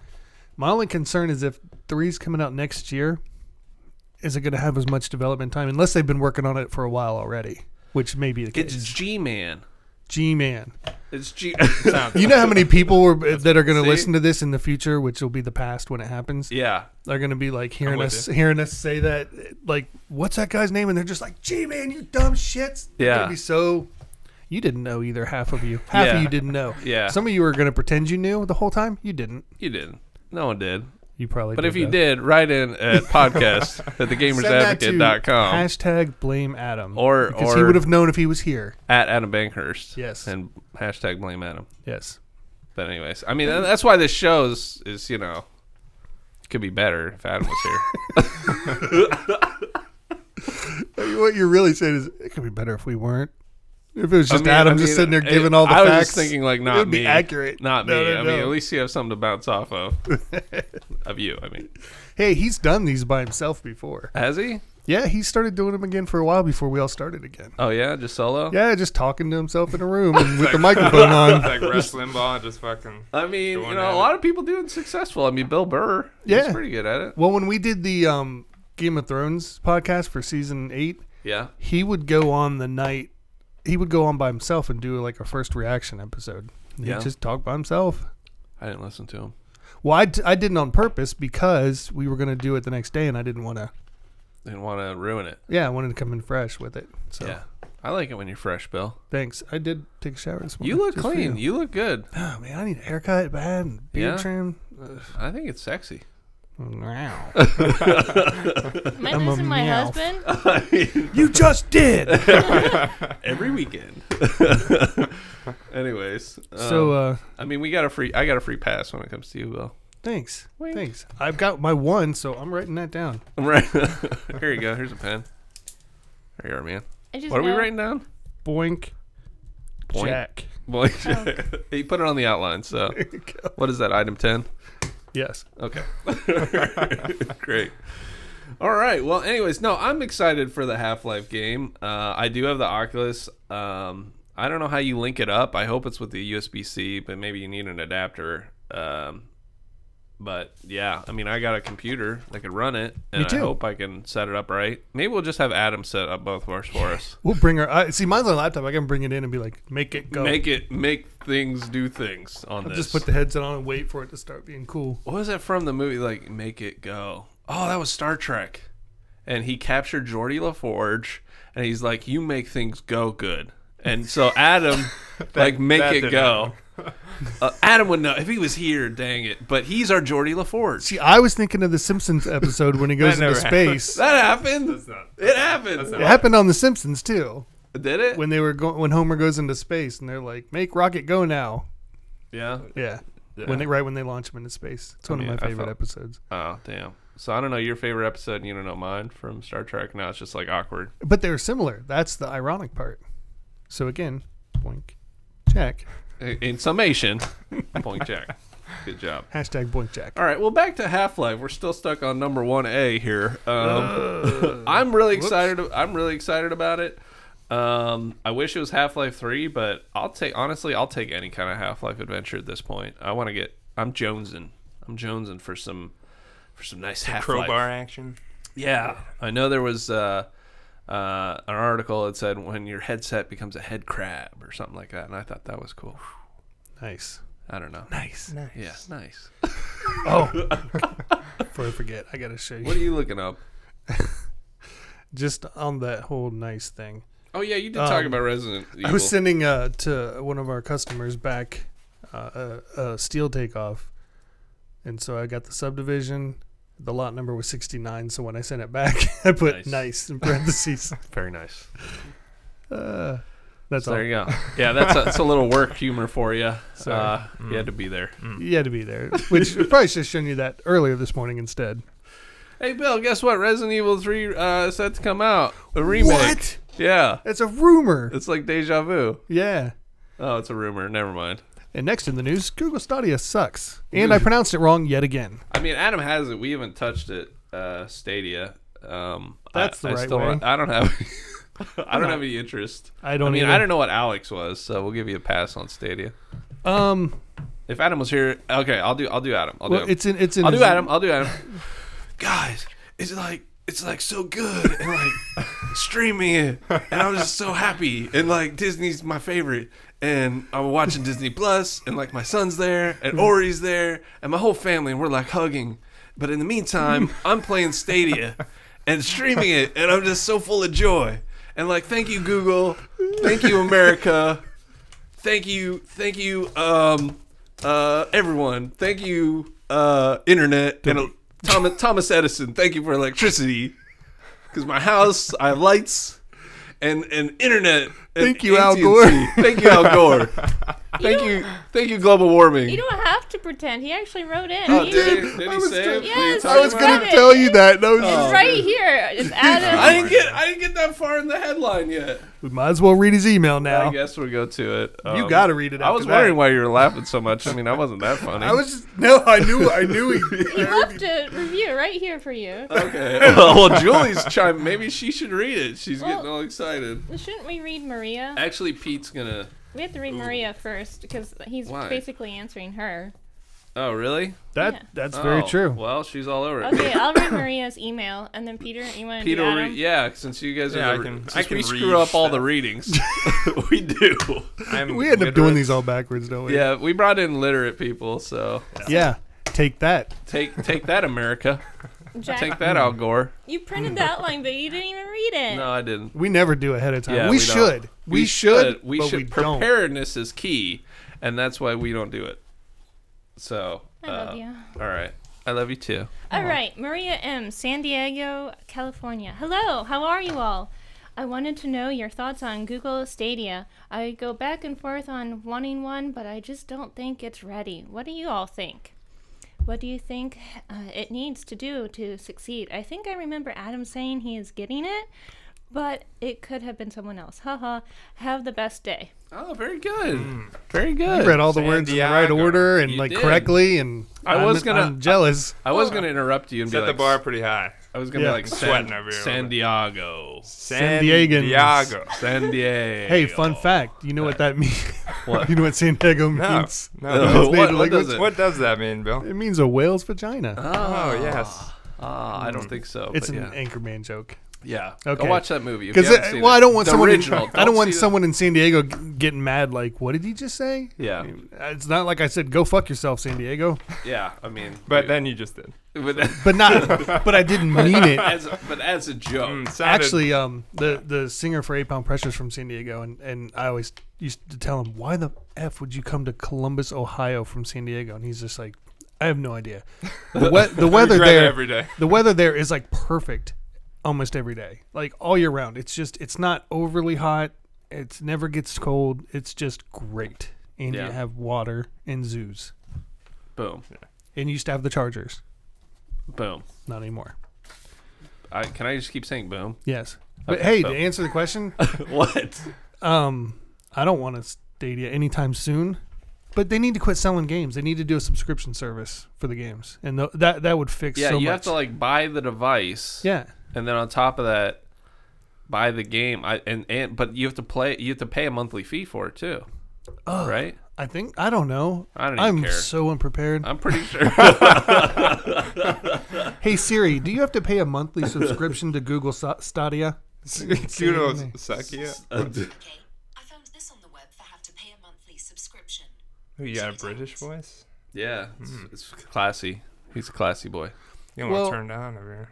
B: My only concern is if three's coming out next year, is it gonna have as much development time? Unless they've been working on it for a while already, which may be the
A: It's
B: case.
A: G Man.
B: G man.
A: It's G.
B: You know how many people were that are going
A: See?
B: to listen to this in the future, which will be the past when it happens.
A: yeah.
B: They're going to be like hearing
D: with
B: us, hearing us say that, like, "What's that guy's name?" And they're just like, "Gee, man, you dumb shits." They're
A: Yeah.
B: gonna be so. You didn't know either. Half of you, half
A: Yeah.
B: of you didn't know.
A: Yeah.
B: Some of you were going to pretend you knew the whole time. You didn't.
A: You didn't. No one did.
B: You probably.
A: But
B: did,
A: if you
B: though.
A: did, write in at podcast at
B: Send that to
A: thegamersadvocate.com
B: Hashtag blame Adam.
A: Or-
B: because
A: or-
B: he would have known if he was here.
A: at Adam Bankhurst.
B: Yes.
A: And hashtag blame Adam.
B: Yes.
A: But anyways, I mean, that's why this show is, is you know, could be better if Adam was here.
B: What you're really saying is it could be better if we weren't. If it was just
A: I mean-
B: Adam
A: I
B: just
A: mean,
B: sitting there
A: it-
B: giving all the
A: I
B: facts.
A: was just thinking, like, not
B: it would
A: me.
B: be accurate.
A: Not me.
B: No, no,
A: I mean,
B: no.
A: at least you have something to bounce off of. of you, I mean.
B: Hey, he's done these by himself before.
A: Has he?
B: Yeah, he started doing them again for a while before we all started again.
A: Oh yeah, just solo.
B: Yeah, just talking to himself in a room and with the microphone
D: It's
B: on.
D: like Russ Limbaugh just fucking.
A: I mean,
D: Going
A: you
D: at
A: know,
D: it.
A: a lot of people doing successful. I mean, Bill Burr,
B: Yeah.
A: he's pretty good at it.
B: Well, when we did the um, Game of Thrones podcast for season eight,
A: Yeah,
B: he would go on the night. He would go on by himself and do like a first reaction episode. He'd
A: Yeah.
B: just talk by himself.
A: I didn't listen to him.
B: Well, I, d- I didn't on purpose because we were going to do it the next day and I didn't want to.
A: Didn't want to ruin it.
B: Yeah, I wanted to come in fresh with it. So
A: Yeah, I like it when you're fresh, Bill.
B: thanks. I did take a shower this morning.
A: You look
B: just for
A: clean. You look good.
B: Oh, man, I need a haircut bad and beard
A: Yeah.
B: trim.
A: I think it's sexy.
B: Wow.
C: Am I
B: I'm a
C: losing my
B: meow.
C: husband?
B: you just did.
A: Every weekend. Anyways,
B: so,
A: um,
B: uh,
A: I mean, we got a free. I got a free pass when it comes to you, Bill.
B: thanks.
A: Wink.
B: Thanks. I've got my one, so I'm writing that down.
A: I'm right. Here you go. Here's a pen. There you are, man.
C: I just
A: What are we
C: know-
A: writing down?
B: Boink.
A: Boink.
B: Jack.
A: Boy, he put it on the outline. So, what is that? Item ten.
B: Yes.
A: Okay. Great. All right. Well, anyways, no, I'm excited for the Half Life game. Uh, I do have the Oculus. Um, I don't know how you link it up. I hope it's with the USB C, but maybe you need an adapter. Um, but yeah, I mean, I got a computer that could run it, and
B: Me too.
A: I hope I can set it up right. Maybe we'll just have Adam set up both of ours for us.
B: We'll bring our. I see, mine's on a laptop. I can bring it in and be like, make it go.
A: Make it make things do things on
B: I'll
A: this.
B: just put the headset on and wait for it to start being cool.
A: what was that from the movie like make it go oh that was star trek and he captured geordie laforge and he's like you make things go good and so adam like make
D: that
A: it
D: didn't
A: go uh, adam would know if he was here dang it but he's our geordie laforge
B: See, I was thinking of the Simpsons episode when he goes
D: That
B: into
D: never happened.
B: space.
A: that happened
D: not-
A: it happened
B: It happened on the Simpsons too.
A: did it
B: When they were go- when Homer goes into space and they're like, "Make rocket go now."
A: yeah
B: Yeah. When they right when they launch him into space. It's one
A: mean,
B: of
A: I
B: my favorite
A: felt-
B: episodes.
A: oh damn so i don't know your favorite episode and you don't know mine from star trek now it's just like awkward
B: But they're similar. That's the ironic part. So again, boink, Jack.
A: in summation point jack good job
B: Hashtag boink Jack.
A: All right, well, back to Half Life. We're still stuck on number one A here. Um, I'm really excited. I'm really excited about it. Um, I wish it was Half Life Three, but I'll take honestly, I'll take any kind of Half Life adventure at this point. I want to get. I'm jonesing. I'm jonesing for some, for some nice Half Life.
D: crowbar action.
A: Yeah, I know there was uh, uh, an article that said when your headset becomes a head crab or something like that, and I thought that was cool.
B: Nice.
A: I don't know.
B: Nice.
A: Yeah, nice.
B: Oh. Before I forget, I gotta show
A: What
B: you
A: are you looking up?
B: just on that whole nice thing.
A: Oh yeah, you did talk
B: Um,
A: about Resident Evil.
B: I was sending uh, to one of our customers back uh, a, a steel takeoff, and so I got the subdivision. The lot number was 69, so when I sent it back, I put
A: Nice.
B: nice, in parentheses.
A: Very nice.
B: uh, that's
A: So
B: all.
A: there
B: You,
A: you go. Yeah, that's a, that's a little work humor for you.
B: Sorry. Mm.
A: Uh, You had to be there.
B: had to be there, which I probably should have shown you that earlier this morning instead.
A: Hey, Bill, guess what? Resident Evil 3 uh, is set to come out. A remake. Yeah.
B: That's a rumor.
A: It's like deja vu.
B: Yeah.
A: Oh, it's a rumor. Never mind.
B: And next in the news, Google Stadia sucks, and I pronounced it wrong yet again.
A: I mean, Adam has it. We haven't touched it. Uh, Stadia. Um,
B: That's
A: I,
B: the
A: I
B: right
A: still
B: way.
A: don't- I don't have. I don't have any interest.
B: I don't
A: I mean,
B: either.
A: I don't know what Alex was, so we'll give you a pass on Stadia.
B: Um,
A: If Adam was here, okay, I'll do. I'll do Adam. I'll do.
B: well,
A: Adam.
B: it's in it's in.
A: I'll do
B: his-
A: Adam. I'll do Adam. Guys, it's like it's like so good and like streaming it, and I'm just so happy. And like Disney's my favorite, and I'm watching Disney Plus, and like my son's there, and Ori's there, and my whole family, and we're like hugging. But in the meantime, I'm playing Stadia and streaming it, and I'm just so full of joy. And like, thank you Google, thank you America, thank you, thank you, um, uh, everyone, thank you, uh, internet, and uh, Thomas, Thomas Edison, thank you for electricity, because my house, I have lights, and and internet. and
B: Thank you, Al Gore.
A: AT&T. Thank you, Al Gore. Thank you, thank you, global warming.
C: You don't have to pretend. He actually wrote in.
A: Oh,
C: He-
A: did, did he
B: was
A: say?
B: trying-
A: it?
C: Yes,
A: Were you
C: I
A: talking
C: was
A: about
C: gonna-
A: it?
C: it.
B: you that. No,
A: Oh.
C: It's right here. It's
A: I didn't
C: Adam.
A: get, I didn't get that far in the headline yet.
B: we might as well read his email now.
A: I guess we'll go to it. Um,
B: you got to read it.
A: I was
B: after that.
A: wondering why you were laughing so much. I mean, I wasn't that funny.
B: I was just, no, I knew, I knew he.
C: He left a review right here for you.
A: okay. well, Julie's chime. Maybe she should read it. She's
C: Well-
A: getting all excited.
C: Shouldn't we read Maria?
A: Actually, Pete's gonna.
C: We have to read Maria first because he's
A: Why?
C: basically answering her.
A: Oh, really?
B: That
C: Yeah.
B: that's very
A: Oh,
B: true.
A: Well, she's all over it.
C: Okay, I'll read Maria's email and then Peter, you want to
A: Peter,
C: do
A: re-
C: Adam?
A: yeah. Since you guys
D: Yeah,
A: are,
D: I
A: the,
D: can-
A: since
D: I can
A: we
D: read
A: screw up all the
D: stuff.
A: readings. we do.
D: I'm
B: We end up doing
D: literate.
B: these all backwards, don't we?
A: Yeah, we brought in literate people, so
B: Yeah. Take that.
A: take take that, America.
C: Jack,
A: Take that, Al Gore.
C: you printed the outline, but you didn't even read it.
A: No, I didn't.
B: We never do ahead of time.
A: Yeah,
B: we,
A: we don't.
B: should. We, should.
A: We
B: but
A: should.
B: We don't.
A: Preparedness is key, and that's why we don't do it. So,
C: I love
A: uh,
C: you.
A: all right. I love you too.
C: All right, Maria M., San Diego, California. Hello, how are you all? I wanted to know your thoughts on Google Stadia. I go back and forth on wanting one, but I just don't think it's ready. What do you all think? What do you think uh, it needs to do to succeed? I think I remember Adam saying he is getting it, but it could have been someone else. Haha, have the best day.
A: Oh, very good. Very good.
B: Mm. read all the
D: San
B: words in the right
D: Diego.
B: order and
A: You
B: like
A: did.
B: correctly and
A: I
B: I'm-
A: was gonna-
B: I'm jealous.
A: I was gonna interrupt you and
D: Set
A: be
D: the
A: like,
D: bar pretty high.
A: I was gonna
B: Yeah.
A: be like,
D: I'm
A: San,
D: sweating over here a
A: San
D: little bit.
A: Diego,
D: San
B: Diegans.
D: Diego.
A: San Diego.
B: hey, fun fact. You know what that means?
A: oh. What?
B: you know what San Diego
D: No.
B: means?
D: no.
A: Oh, What-
B: native
A: what
B: language.
A: does it?
D: What does that mean, Bill?
B: It means a whale's vagina.
D: Oh, yes.
A: Ah, I don't think so.
B: it's
A: Uh, but
B: an
A: yeah.
B: Anchorman joke.
A: yeah.
B: Okay.
A: Go watch that movie. if you
B: Because
A: haven't seen
B: well,
A: it.
B: I don't want
A: The
B: someone. In,
A: original.
B: I don't want
A: see the-
B: someone in San Diego g- getting mad. Like, what did he just say?
A: Yeah.
B: It's not like I said, go fuck yourself, San Diego.
A: Yeah. I mean,
D: But then you just did.
A: but that-
B: But not. but I didn't mean it.
A: as a, but as a joke.
D: Mm, sounded-
B: Actually, um, the the singer for Eight Pound Pressure's from San Diego, and, and I always used to tell him, "Why the f would you come to Columbus, Ohio, from San Diego?" And he's just like, "I have no idea." The, we- the weather
D: regret it
B: there,
D: every day.
B: the weather there is like perfect, almost every day, like all year round. It's just it's not overly hot. It's never gets cold. It's just great, and
A: Yeah.
B: you have water and zoos,
A: Boom.
B: and you used to have the Chargers.
A: Boom.
B: Not anymore.
A: I, can I just keep saying boom?
B: Yes, but hey,
A: so-
B: to answer the question.
A: what?
B: Um, I don't want a Stadia anytime soon, but they need to quit selling games. They need to do a subscription service for the games, and th- that that would fix.
A: Yeah,
B: so
A: you
B: much.
A: have to like buy the device.
B: Yeah,
A: and then on top of that, buy the game. I and, and but you have to play. You have to pay a monthly fee for it too. right?
B: I think I don't know.
A: I don't even
B: I'm
A: care.
B: so unprepared.
A: I'm pretty sure.
B: hey Siri, do you have to pay a monthly subscription to Google Sa- Stadia?
D: Kudos, Sakia.
E: Okay, I found this on the web for how to pay a monthly subscription.
D: Ooh, you got a British voice?
A: yeah, it's,
B: Hmm.
A: it's classy. He's a classy boy.
D: You don't
B: Well-
D: want to turn down over here.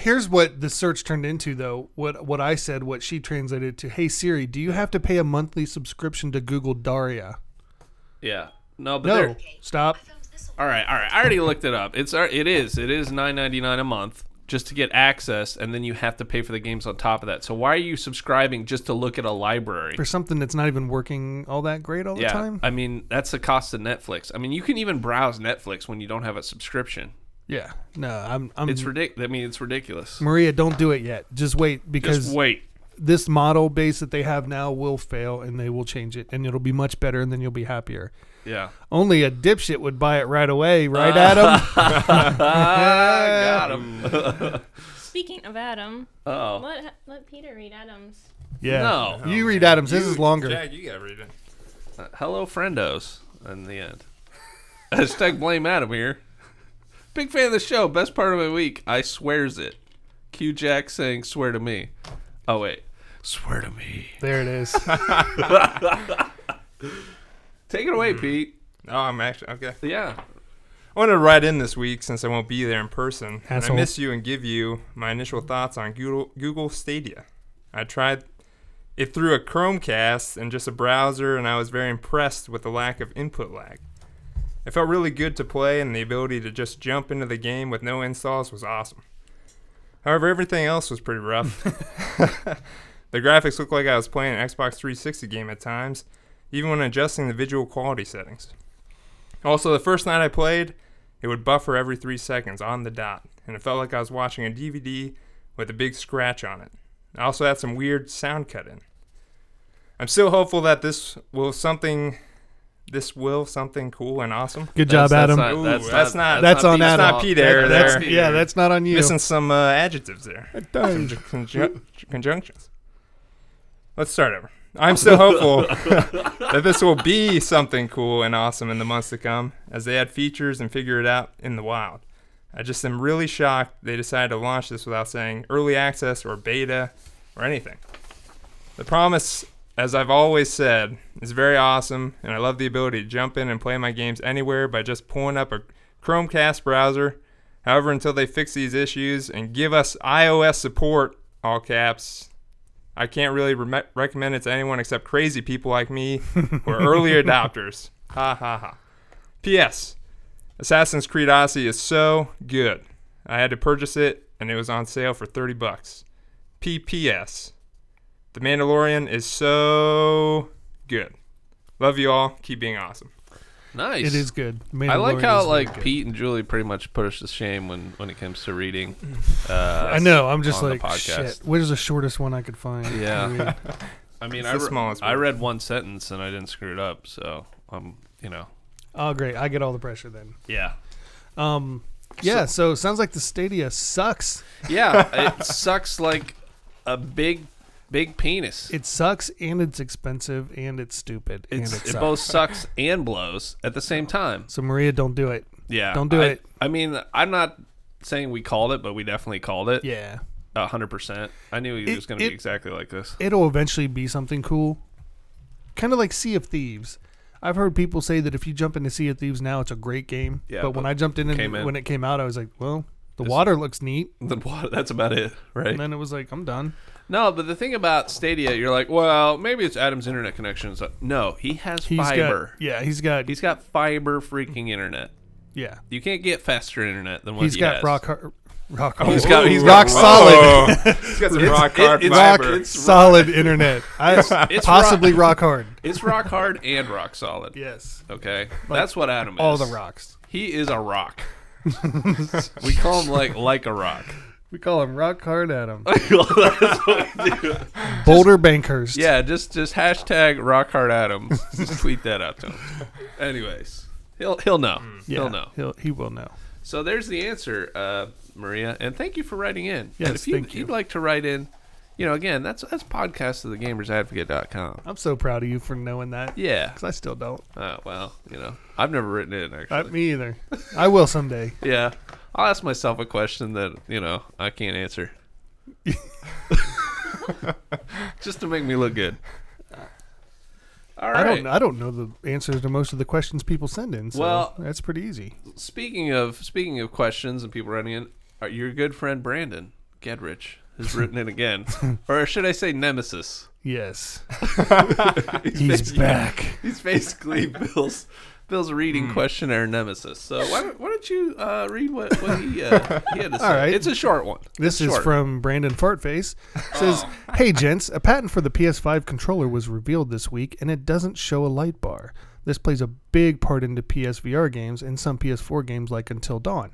B: Here's what the search turned into, though. What what I said, what she translated to, "Hey Siri, do you have to pay a monthly subscription to Google Daria?"
A: Yeah. No, but
B: No,
A: they're-
B: stop.
E: I found this on
A: all right, all right. I already looked it up. It's al- it is it is nine ninety nine a month just to get access, and then you have to pay for the games on top of that. So why are you subscribing just to look at a library?
B: For something that's not even working all that great all
A: yeah,
B: the time.
A: I mean that's the cost of Netflix. I mean you can even browse Netflix when you don't have a subscription.
B: Yeah, no, I'm. I'm
A: It's ridiculous. I mean it's ridiculous.
B: Maria, don't do it yet. Just wait because
A: Just wait.
B: this model base that they have now will fail and they will change it and it'll be much better and then you'll be happier.
A: Yeah.
B: Only a dipshit would buy it right away, right, Adam?
A: Ah, got him.
C: Speaking of Adam,
A: Oh.
C: let, let Peter read Adam's.
B: Yeah.
A: No.
B: You read Adam's. This is longer.
D: Jack, you gotta read it.
A: Uh, hello, friendos. In the end. Hashtag blame Adam here. Big fan of the show. Best part of my week. I swears it. Q Jack saying swear to me. Oh wait. Swear to me.
B: There it is.
A: Take it away, Pete.
D: Oh, I'm actually okay.
A: Yeah.
D: I wanted to write in this week since I won't be there in person. And I
B: Asshole.
D: miss you and give you my initial thoughts on Google, Google Stadia. I tried it through a Chromecast and just a browser, and I was very impressed with the lack of input lag. It felt really good to play, and the ability to just jump into the game with no installs was awesome. However, everything else was pretty rough. the graphics looked like I was playing an Xbox 360 game at times, even when adjusting the visual quality settings. Also, the first night I played, it would buffer every three seconds on the dot, and it felt like I was watching a DVD with a big scratch on it. I also had some weird sound cut in. I'm still hopeful that this will something, this will something cool and awesome.
B: Good job, Adam.
D: Ooh, that's not-
B: That's on
A: Pete's fault.
B: Adam.
D: That's not Pete error
B: that's,
D: there.
B: Yeah, that's not on you.
D: Missing some uh, adjectives there. Some
B: Dang.
D: ju- conju- conjunctions. Let's start over. I'm still hopeful that this will be something cool and awesome in the months to come as they add features and figure it out in the wild. I just am really shocked they decided to launch this without saying early access or beta or anything. The promise, as I've always said, is very awesome, and I love the ability to jump in and play my games anywhere by just pulling up a Chromecast browser. However, until they fix these issues and give us iOS support, all caps, I can't really rem recommend it to anyone except crazy people like me who are early adopters. Ha ha ha. P.S. Assassin's Creed Odyssey is so good. I had to purchase it, and it was on sale for 30 bucks. P.P.S. The Mandalorian is so good. Love you all. Keep being awesome.
A: Nice.
B: It is good.
A: I like
B: Mandalorian
A: how
B: is really
A: like
B: good.
A: Pete and Julie pretty much put us to shame when when it comes to reading. Uh,
B: I know. I'm just
A: on the
B: like
A: podcast.
B: shit. Where's the shortest one I could find? to
A: Yeah.
B: read?
A: I mean,
D: It's
A: I,
D: the
A: re-
D: smallest
A: I
D: one.
A: read one sentence and I didn't screw it up, so I'm you know.
B: Oh great, I get all the pressure then.
A: Yeah.
B: Um, yeah. So, it sounds like the Stadia sucks.
A: Yeah, it sucks like a big big penis.
B: It sucks, and it's expensive, and it's stupid,
A: It's-
B: and it,
A: it
B: sucks.
A: both sucks and blows at the same time.
B: so Maria, don't do it.
A: Yeah.
B: Don't do
A: I-
B: it.
A: I mean, I'm not saying we called it, but we definitely called it.
B: Yeah.
A: A hundred percent. I knew it,
B: It-
A: was going to
B: it-
A: be exactly like this.
B: it'll eventually be something cool. Kind of like Sea of Thieves. I've heard people say that if you jump into Sea of Thieves now, it's a great game.
A: Yeah,
B: but when
A: but
B: I jumped in, and
A: came in.
B: when it came out, I was like, well, the
A: This-
B: water looks neat.
A: The water, that's about it, right?
B: And then it was like, I'm done.
A: No, but the thing about Stadia, you're like, well, maybe it's Adam's internet connection. It's like, no, he has
B: He's
A: fiber.
B: got, yeah, he's got,
A: He's got fiber freaking internet.
B: yeah,
A: You can't get faster internet than what
B: he's
A: he
B: got
A: has.
B: rock, har- rock,
A: Oh, He's
B: hard-
A: got- he's
B: rock
A: got-
B: solid,
D: Whoa. He's got some
A: It's-
D: rock
A: it-
D: hard
A: it's-
B: rock
D: fiber.
A: it's-
B: solid internet. I,
A: it's
B: possibly rock, hard.
A: It's rock hard and rock solid.
B: Yes,
A: Okay, that's what Adam is.
B: all the rocks.
A: He is a rock. we call him like like a rock.
B: We call him Rock Hard Adam. Boulder Bankhurst.
A: Yeah, just just hashtag rock hard Adam. just tweet that out to him. Anyways, he'll he'll know.
B: Hmm.
A: He'll know.
B: He'll, he will know.
A: So there's the answer, uh, Maria, and thank you for writing in.
B: Yes,
A: and if you,
B: thank you.
A: would like to write in, you know, again, that's that's podcast of the gamersadvocate.com.
B: I'm so proud of you for knowing that.
A: Yeah.
B: Because I still don't.
A: Uh, well, you know, I've never written in actually.
B: I, me either. I will someday.
A: yeah, I'll ask myself a question that you know I can't answer, just to make me look good. All right.
B: I don't. I don't know the answers to most of the questions people send in. So
A: Well-
B: that's pretty easy.
A: Speaking of speaking of questions and people writing in, uh, your good friend Brandon Gedrich has written in again, or should I say Nemesis?
B: Yes, he's back.
A: He's basically Bill's Bill's
B: Hmm.
A: reading questionnaire nemesis. So why don't, why don't you uh, read what, what he, uh, he had to say?
B: right.
A: It's a short one.
B: This
A: It's
B: is
A: short.
B: from Brandon Fartface. Says, "Hey gents, a patent for the PS5 controller was revealed this week, and it doesn't show a light bar. This plays a big part into PSVR games and some PS4 games like Until Dawn.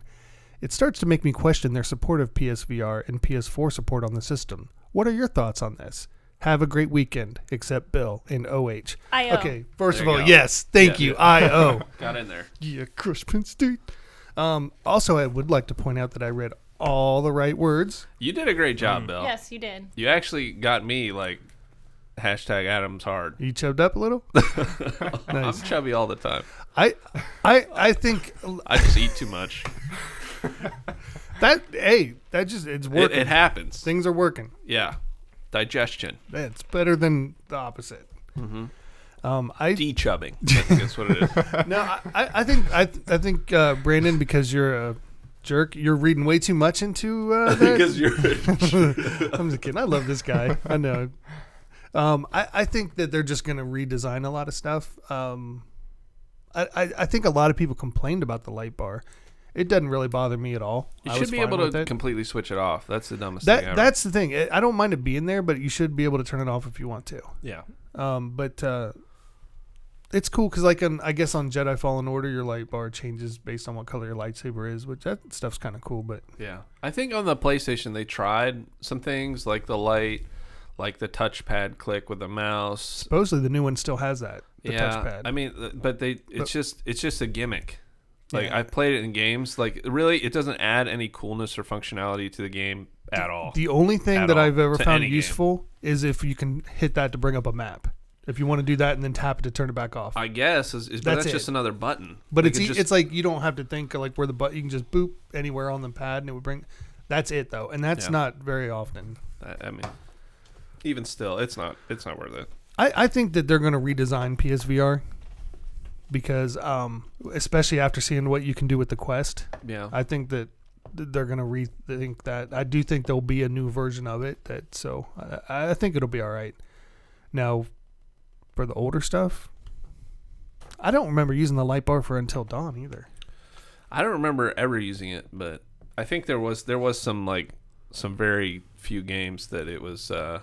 B: It starts to make me question their support of PSVR and PS4 support on the system. What are your thoughts on this? Have a great weekend, except Bill in OH.
C: I.O..
B: Okay, first
A: There
B: of
A: you
B: all,
A: go.
B: yes, thank
A: Yeah.
B: you, IO.
A: got in there.
B: yeah, Chris Penn State. Um, also, I would like to point out that I read all the right words.
A: You did a great
B: Hmm.
A: job, Bill.
C: Yes, you did.
A: You actually got me like hashtag Adams hard.
B: You chubbed up a little.
A: I'm chubby all the time.
B: I, I, I think
A: I just eat too much.
B: that. Hey, that just it's
A: It,
B: working.
A: it happens.
B: Things are working.
A: Yeah. Digestion.
B: That's better than the opposite.
A: Mm-hmm.
B: Um, I
A: De-chubbing. I think that's what it is.
B: no, I, I I think I, I think uh, Brandon, because you're a jerk, you're reading way too much into uh, that.
A: because you're
B: I'm just kidding. I love this guy. I know. Um, I, I think that they're just going to redesign a lot of stuff. Um, I, I, I think a lot of people complained about the light bar. It doesn't really bother me at all.
A: you
B: I
A: should
B: was
A: be
B: fine
A: able to
B: with it.
A: completely switch it off. That's the dumbest thing
B: that
A: ever.
B: that's the thing. I I don't mind it being there, but you should be able to turn it off if you want to.
A: yeah.
B: Um, but uh, it's cool because like on, I guess on Jedi Fallen Order, your light bar changes based on what color your lightsaber is, which that stuff's kind of cool. But
A: Yeah. I think on the PlayStation they tried some things like the light, like the touchpad click with the mouse.
B: supposedly the new one still has that the
A: yeah.
B: touchpad.
A: I mean, th- but they it's
B: But-
A: just it's just a gimmick. Like
B: Yeah.
A: I've played it in games. Like really, it doesn't add any coolness or functionality to the game at all.
B: the only thing
A: at
B: that
A: all,
B: I've ever
A: to
B: found
A: any game.
B: useful is if you can hit that to bring up a map. If you want to do that and then tap it to turn it back off.
A: I guess is, is but
B: That's
A: that's just
B: it.
A: another button.
B: But
A: We
B: it's
A: could
B: e
A: just-
B: it's like you don't have to think of like where the button. You can just boop anywhere on the pad and it would bring. That's it though, and that's
A: Yeah.
B: not very often.
A: I, I mean, even still, it's not it's not worth it.
B: I, I think that they're going to redesign PSVR because, um, especially after seeing what you can do with the Quest,
A: Yeah.
B: I think that th- they're going to rethink that. I do think there'll be a new version of it. That so I, I think it'll be all right. Now, for the older stuff, I don't remember using the light bar for Until Dawn either.
A: I don't remember ever using it, but I think there was there was some like some very few games that it was uh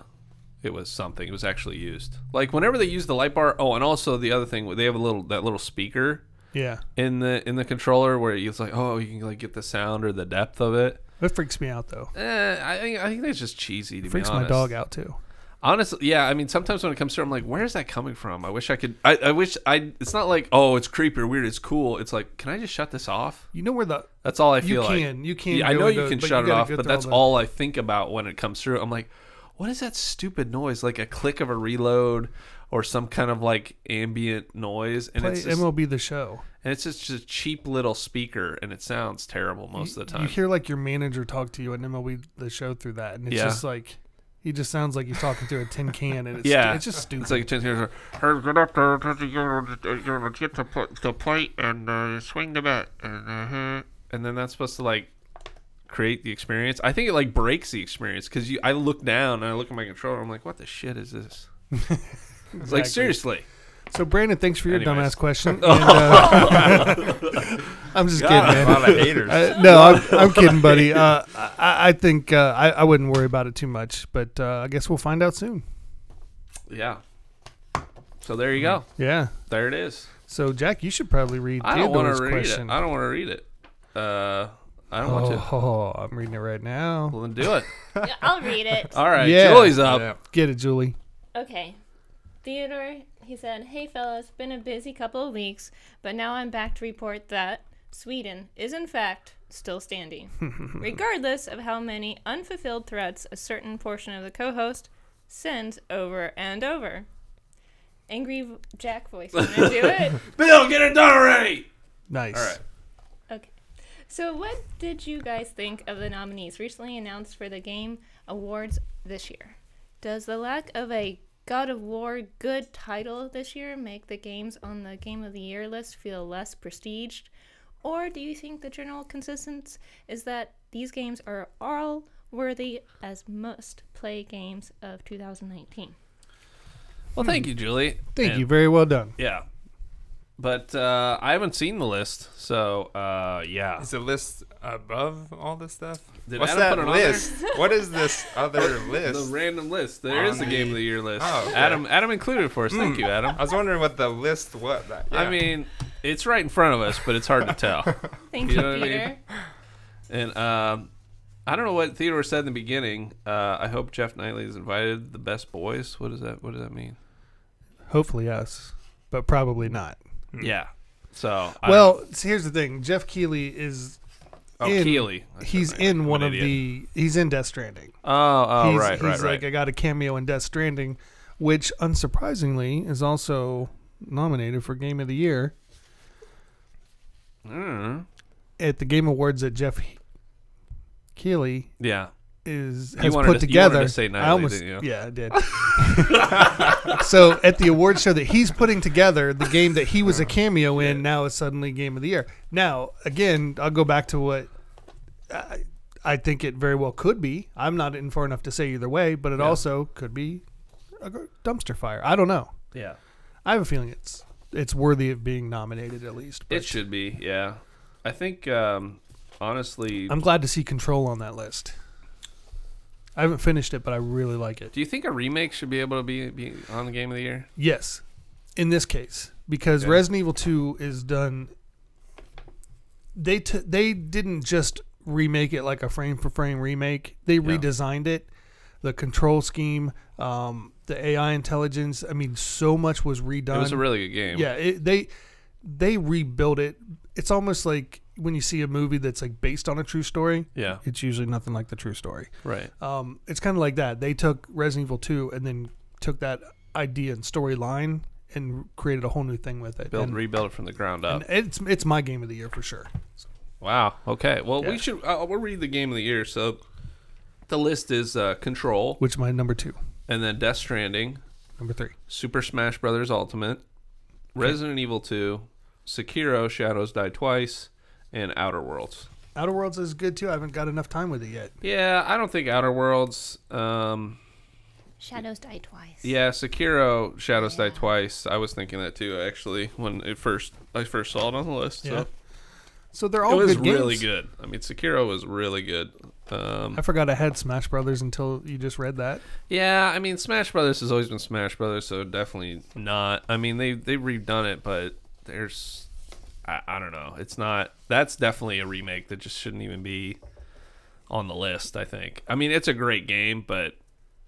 A: it was something. It was actually used. Like whenever they use the light bar. Oh, and also the other thing, they have a little that little speaker
B: Yeah,
A: in the in the controller where it's like, oh, you can like get the sound or the depth of it.
B: it freaks me out though.
A: Eh, I think I think that's just cheesy to
B: freaks
A: be
B: my
A: honest.
B: dog out too.
A: Honestly, yeah. I mean, sometimes when it comes through, I'm like, where is that coming from? I wish I could. I, I wish I. It's not like, oh, it's creepy or weird. It's cool. It's like, can I just shut this off?
B: You know where the
A: That's all I
B: you
A: feel like.
B: can you can.
A: Yeah, I
B: go
A: know you
B: into-
A: can
B: but
A: shut it
B: gotta
A: off,
B: go
A: but
B: through
A: that's
B: the-
A: all I think about when it comes through. I'm like, what is that stupid noise? Like a click of a reload or some kind of like ambient noise, and
B: Play
A: it's just,
B: MLB the show.
A: and it's just a cheap little speaker, and it sounds terrible most
B: you,
A: of the time.
B: you hear like your manager talk to you at MLB the show through that, and it's
A: Yeah.
B: just like he just sounds like he's talking through a tin can, and it's
A: yeah,
B: it's just stupid.
A: It's like ten years.
F: Hey, get up there, get the- you're gonna get the, pl- the plate and uh, swing the bat. And, uh,
A: and then that's supposed to like create the experience. I think it like breaks the experience because you. I look down and I look at my controller. I'm like, what the shit is this? It's
B: Exactly.
A: Like seriously,
B: so, Brandon, thanks for your
A: Anyways.
B: dumbass question. and, uh, I'm just kidding,
D: God, a
B: man.
D: lot of haters.
B: I, no, I'm, I'm kidding, buddy. Uh, I, I think uh, I, I wouldn't worry about it too much, but uh, I guess we'll find out soon.
A: yeah. So there you go.
B: Yeah.
A: There it is.
B: So, Jack, you should probably read
A: I don't want
B: Theodore's
A: to read
B: question.
A: it. I don't want to read it. Uh, I don't want to.
B: Oh, I'm reading it right now.
A: Well, then do it.
C: Yeah, I'll read it.
A: All right.
B: Yeah.
A: Julie's up.
D: yeah.
B: Get it, Julie.
C: Okay. Theodore, he said, Hey fellas, been a busy couple of weeks, but now I'm back to report that Sweden is in fact still standing, regardless of how many unfulfilled threats a certain portion of the co host sends over and over. Angry v- Jack voice. Can I do it?
A: Bill, get it done already.
B: Nice.
A: All right.
C: Okay. So, what did you guys think of the nominees recently announced for the Game Awards this year? Does the lack of a God of War good title this year make the games on the Game of the Year list feel less prestiged? Or do you think the general consensus is that these games are all worthy as must play games of 2019?
A: Well, thank you, Julie.
B: Mm. Thank
A: And-
B: you. Very well done.
A: Yeah. But uh, I haven't seen the list, so uh, yeah.
D: Is the list above all this stuff?
A: Did
D: What's
A: Adam
D: that
A: put it on there?
D: list? what is this other
A: The
D: list?
A: random list. There is the game of the year list.
D: Oh, okay.
A: Adam, Adam included it for us. Thank you, Adam.
D: I was wondering what the list was. That- yeah.
A: I mean, it's right in front of us, but it's hard to tell.
C: Thank
A: You
C: you,
A: know what I mean?
C: Peter.
A: And um, I don't know what Theodore said in the beginning. Uh, I hope Jeff Knightley is invited. The best boys. What does that? What does that mean?
B: Hopefully us, but probably not.
D: Hmm.
A: Yeah. So I
B: well, s- here's the thing: Jeff Keeley is
A: don't- oh,
B: in-
A: Keeley.
B: he's in one of the he's in Death Stranding.
A: Oh, oh,
B: he's,
A: right,
B: he's
A: right,
B: like
A: right.
B: I got a cameo in Death Stranding, which unsurprisingly is also nominated for Game of the Year
A: Mm.
B: at the Game Awards that Jeff Keeley
A: Yeah.
B: is has
A: wanted
B: put
A: to- you
B: together.
A: wanted to say Knightley,
B: I almost,
A: didn't you?
B: yeah, I did. so at the award show that he's putting together, the game that he was a cameo in now is suddenly game of the year. Now again, I'll go back to what I, I think it very well could be. I'm not in far enough to say either way, but it also could be a gr- dumpster fire. I don't know.
A: Yeah.
B: I have a feeling it's it's worthy of being nominated at least. But
A: It should be. Yeah. I think um, honestly.
B: I'm glad to see Control on that list. I haven't finished it, but I really like it.
A: do you think a remake should be able to be, be on the game of the year?
B: Yes. in this case because
D: Okay.
B: Resident Evil 2 is done they t- they didn't just remake it like a frame for frame remake. They redesigned it. The control scheme, um, the AI intelligence, I mean so much was redone.
A: It was a really good game.
B: Yeah, it, they they rebuild it. It's almost like when you see a movie that's like based on a true story.
A: Yeah.
B: It's usually nothing like the true story.
A: Right.
B: Um, it's kind of like that. They took Resident Evil 2 and then took that idea and storyline and created a whole new thing with it.
A: Build,
B: and,
A: rebuild it from the ground up.
B: and it's it's my game of the year for sure.
A: Wow. Okay. Well,
B: Yeah.
A: we should. Uh, we'll read the game of the year. So, the list is uh, Control,
B: Which my number two,
A: and then Death Stranding,
B: number three.
A: Super Smash Brothers Ultimate, Resident Evil 2, Sekiro: Shadows Die Twice, and Outer Worlds.
B: Outer Worlds is good too. I haven't got enough time with it yet.
A: Yeah, I don't think Outer Worlds. Um,
C: Shadows die twice.
A: yeah, Sekiro: Shadows Die Twice. I was thinking that too, actually, when it first I first saw it on the list.
B: Yeah.
A: So.
B: So they're
A: It
B: all
A: was
B: good games.
A: really good. I mean, Sekiro was really good. Um,
B: I forgot I had Smash Brothers until you just read that.
A: Yeah, I mean, Smash Brothers has always been Smash Brothers, so definitely not. I mean, they they redone it, but there's, I, I don't know. It's not. That's definitely a remake that just shouldn't even be on the list. I think. I mean, it's a great game, but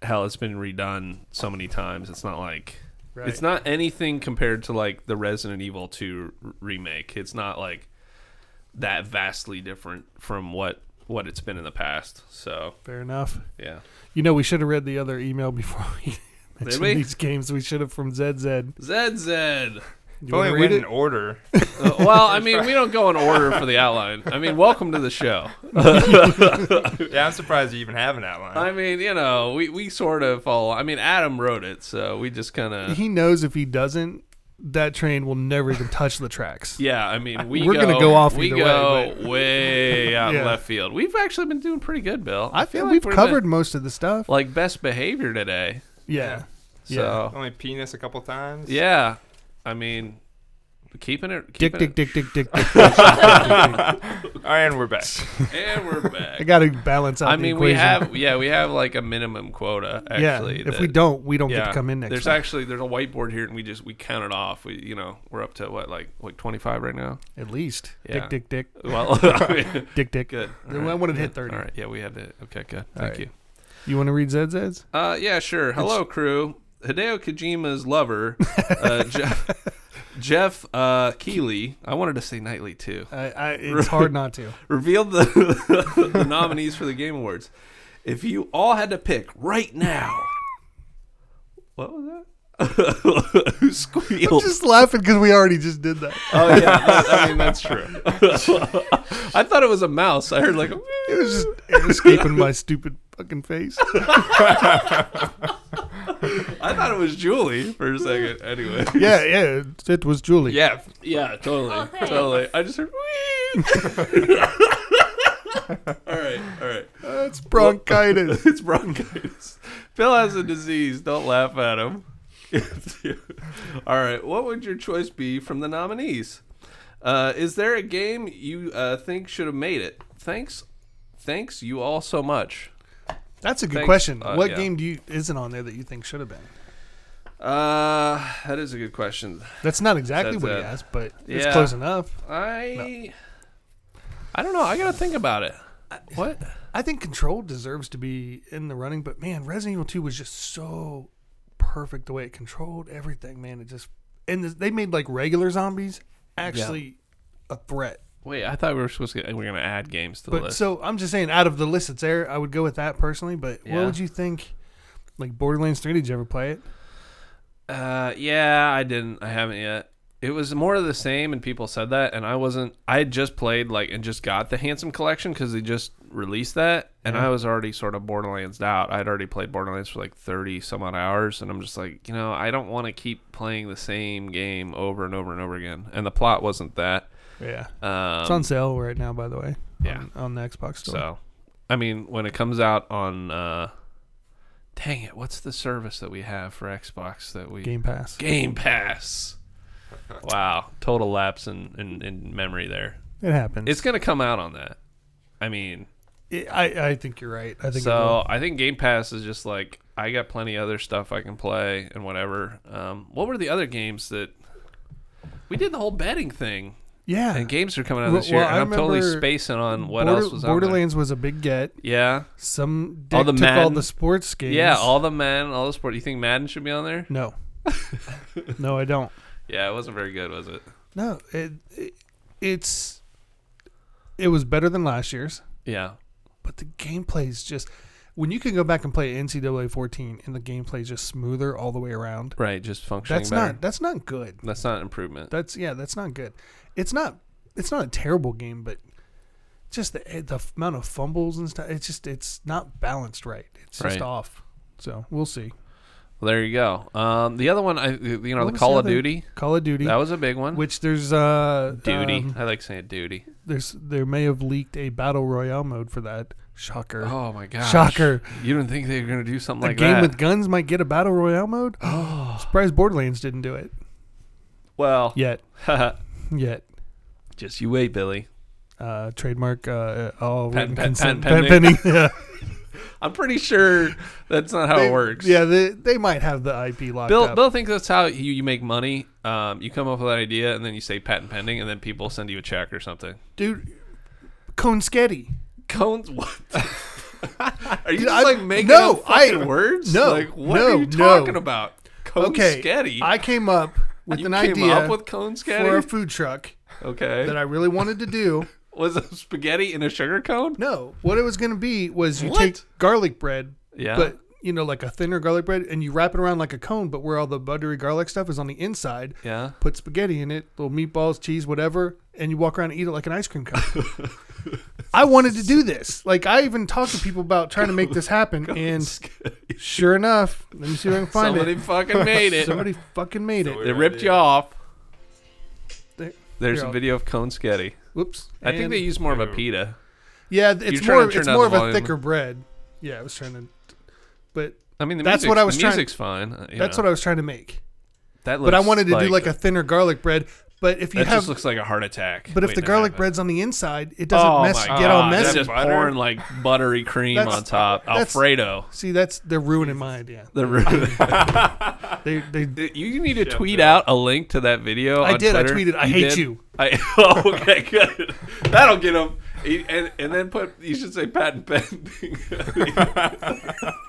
A: hell, it's been redone so many times. It's not like. It's not anything compared to like the Resident Evil 2 r- remake. It's not like that vastly different from what what it's been in the past. So,
B: Fair enough.
A: yeah.
B: You know, we should have read the other email before we mentioned
A: we?
B: these games. We should have from ZZ.
A: ZZ.
D: If only
B: wanna
D: it
B: read
D: went
B: it?
D: in order.
A: Uh, well, I mean, we don't go in order for the outline. I mean, welcome to the show.
D: yeah, I'm surprised you even have an outline.
A: I mean, you know, we, we sort of follow. I mean, Adam wrote it, so we just kind of.
B: He knows if he doesn't, that train will never even touch the tracks.
A: Yeah, I mean, we
B: We're
A: go,
B: gonna go off
A: We
B: either way,
A: go way out
B: Yeah.
A: left field. We've actually been doing pretty good, Bill.
B: I feel we've
A: we're
B: covered
A: the-
B: most of the stuff.
A: like best behavior today.
B: yeah.
A: So
D: only penis a couple times.
A: yeah, I mean, keeping it.
B: Dick,
A: Keeping
B: dick,
A: it
B: dick, dick, dick, dick, dick, dick, dick, dick.
D: All right, and we're back.
A: and we're back.
B: I got to balance out
A: I
B: the
A: mean, we
B: equation.
A: have yeah, we have like a minimum quota actually.
B: yeah. If we
A: that-
B: don't, we don't get to come in next
A: There's
B: time.
A: actually there's a whiteboard here, and we just we count it off. We you know we're up to what like like 25 right now.
B: At least.
A: Yeah.
B: Dick, dick, dick.
A: Well, I mean,
B: Dick, dick.
A: good.
B: I
A: All right.
B: wanted to hit
A: Yeah.
B: 30.
A: All right, yeah, we had it. Okay, good.
B: All
A: Thank
B: right.
A: you.
B: You want to read ZZ's?
A: Uh, yeah, sure. Hello, crew. Hideo Kojima's lover, uh, Jeff, Jeff uh, Keeley. I wanted to say Knightley too.
B: I, I, it's hard not to.
A: revealed the, the nominees for the Game Awards. If you all had to pick right now, what was that? Who squealed?
B: Just laughing because we already just did that.
A: Oh yeah, that- I mean that's true. I thought it was a mouse. I heard like a
B: It was just air escaping my stupid fucking face.
A: I thought it was Julie for a second. Anyway.
B: Yeah, yeah. it- It was Julie.
A: Yeah. Yeah. Totally.
C: Oh, thanks.
A: totally. I just heard. "Wee." all right. All right.
B: It's bronchitis.
A: It's bronchitis. Phil has a disease. Don't laugh at him. All right. What would your choice be from the nominees? Uh, is there a game you uh, think should have made it? Thanks. Thanks you all so much.
B: That's a good
A: Thanks.
B: question.
A: Uh,
B: what
A: yeah.
B: game do you isn't on there that you think should have been?
A: Uh, that is a good question.
B: That's not exactly
A: That's
B: what he
A: it.
B: asked, but it's
A: Yeah.
B: close enough.
A: I I don't know. I gotta think about it. What?
B: I think Control deserves to be in the running, but man, Resident Evil 2 was just so perfect the way it controlled everything, man. It just and th- they made like regular zombies actually a threat.
A: Wait, I thought we were supposed to. We are gonna add games to the
B: But
A: list.
B: so I'm just saying, out of the list that's there, I would go with that personally. But
A: Yeah.
B: what would you think? Like Borderlands 3, did you ever play it?
A: uh, yeah, I didn't. I haven't yet. It was more of the same, and people said that, and I wasn't. I had just played like and just got the Handsome Collection because they just released that, and I was already sort of Borderlands out. I'd already played Borderlands for like thirty some odd hours, and I'm just like, you know, I don't want to keep playing the same game over and over and over again. And the plot wasn't that.
B: Yeah.
A: Um,
B: It's on sale right now, by the way.
A: Yeah.
B: On, on the Xbox store.
A: So, I mean, when it comes out on, uh, dang it, what's the service that we have for Xbox that we
B: Game Pass.
A: Game Pass? wow, total lapse in, in, in memory there.
B: It happens.
A: It's gonna come out on that. I mean,
B: It- I, I think you're right. I think it will.
A: so I think Game Pass is just like I got plenty other stuff I can play and whatever. Um, what were the other games that we did the whole betting thing?
B: Yeah.
A: And games are coming out
B: Well-
A: this year,
B: well,
A: and
B: I
A: I'm totally
B: remember
A: spacing on what
B: Border-
A: else was on there.
B: Borderlands was a big get.
A: Yeah,
B: Some dick
A: All the
B: took all
A: Madden.
B: the sports games.
A: yeah, all the men, all the sport. You think Madden should be on there?
B: no. no, I don't.
A: Yeah, it wasn't very good, was it?
B: No, it, it it's it was better than last year's,
A: Yeah,
B: but the gameplay is just when you can go back and play NCAA 14 and the gameplay is just smoother all the way around.
A: right. Just functioning
B: That's
A: better.
B: not that's not good.
A: That's not an improvement.
B: That's yeah, that's not good. It's not it's not a terrible game, but just the eh, the f- amount of fumbles and stuff. It's just it's not balanced right. It's just
A: Right.
B: off. So we'll see.
A: well, there you go. Um, the other one, I you know,
B: What
A: the
B: was
A: Call of
B: other-
A: Duty.
B: Call of Duty.
A: That was a big one.
B: which there's uh
A: duty.
B: um,
A: I like saying duty.
B: there's there may have leaked a battle royale mode for that. Shocker.
A: Oh my god.
B: Shocker.
A: You didn't think they were gonna do something
B: a
A: like
B: game
A: that?
B: with guns might get a battle royale mode. Surprised Borderlands didn't do it
A: well,
B: yet. Yet.
A: just you wait, Billy.
B: Uh, trademark. Uh, all
A: Pen-
B: written
A: pen-
B: consent.
A: pen-
B: pen- pending. yeah,
A: I'm pretty sure that's not how
B: They-
A: it works.
B: Yeah, they, they might have the IP locked
A: Bill
B: up.
A: Bill thinks that's how you, you make money. Um, you come up with an idea and then you say patent pending, and then people send you a check or something.
B: Dude, Konsketi.
A: Cones, what? are you
B: Dude,
A: just
B: I-
A: like making
B: no,
A: up fucking
B: I-
A: words?
B: no,
A: like what
B: no,
A: are you
B: no.
A: talking about? Cone
B: Okay,
A: Sketty?
B: I came up with
A: you
B: an
A: came
B: idea
A: up with cone
B: for a
A: sketty.
B: food truck
A: okay,
B: that I really wanted to do.
A: was it spaghetti in a sugar cone?
B: No, what it was going to be was you
A: What?
B: take garlic bread,
A: Yeah.
B: but you know, like a thinner garlic bread, and you wrap it around like a cone, but where all the buttery garlic stuff is on the inside.
A: Yeah.
B: Put spaghetti in it, little meatballs, cheese, whatever, and you walk around and eat it like an ice cream cone. I wanted to do this. Like I even talked to people about trying to make this happen, and sure enough, let me see if I can find
A: Somebody
B: it.
A: fucking made it.
B: Somebody fucking made it.
A: They ripped you off.
B: There-
A: There's
B: here,
A: a
B: I'll-
A: video of cone sketty.
B: Whoops.
A: I think
B: And-
A: they use more of a pita.
B: Yeah, th- it's
A: trying to
B: more.
A: turn
B: It's
A: down
B: more
A: the
B: of a
A: volume.
B: thicker bread. Yeah, I was trying to. But
A: I mean, the
B: That's
A: music's,
B: what I was
A: the
B: trying-
A: music's fine. uh, you
B: that's
A: know.
B: what I was trying to make.
A: That looks
B: But I wanted to
A: like,
B: do like a thinner garlic bread. But if you
A: That
B: have,
A: just looks like a heart attack.
B: but if the
A: waiting to
B: garlic
A: happen.
B: bread's on the inside, it doesn't
A: oh
B: mess.
A: my
B: Get all
A: God,
B: messy.
A: They're just
D: Butter?
A: pouring like buttery cream
B: That's-
A: on top.
B: that's-
A: Alfredo.
B: See, that's they're ruining my idea.
A: The root.
B: They, they.
A: you need to tweet out a link to that video.
B: I
A: on
B: did. I
A: Twitter.
B: tweeted, "I hate
A: did?
B: you."
A: I, oh, okay, good. That'll get him. And, and then put, you should say patent pending.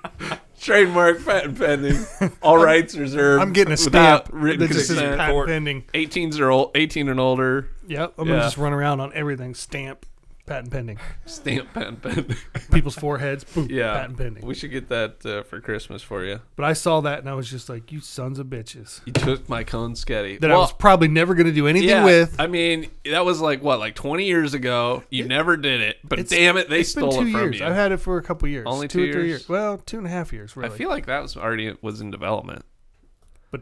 A: Trademark patent pending. All rights reserved.
B: I'm getting a
A: without
B: stamp
A: Written
B: that just says
A: consent.
B: patent
D: Or-
B: pending.
A: 18s or old, 18 and older.
B: Yep, I'm gonna
A: Yeah.
B: just run around on everything. Stamp, patent pending.
A: Stamp patent pending.
B: People's foreheads, boom,
A: Yeah.
B: patent pending.
A: We should get that uh, for Christmas for you.
B: But I saw that and I was just like, "You sons of bitches!"
A: You took my cone sketty.
B: That I
A: Well,
B: was probably never gonna do anything
A: yeah,
B: with.
A: I mean, that was like what, like 20 years ago. You never did it, but
B: It's-
A: damn it, they
B: it's been
A: stole
B: two
A: it from
B: years.
A: you.
B: I've had it for a couple years.
A: Only
B: two,
A: two
B: or three
A: years?
B: years. Well, two and a half years, really.
A: I feel like that was already was in development.
B: but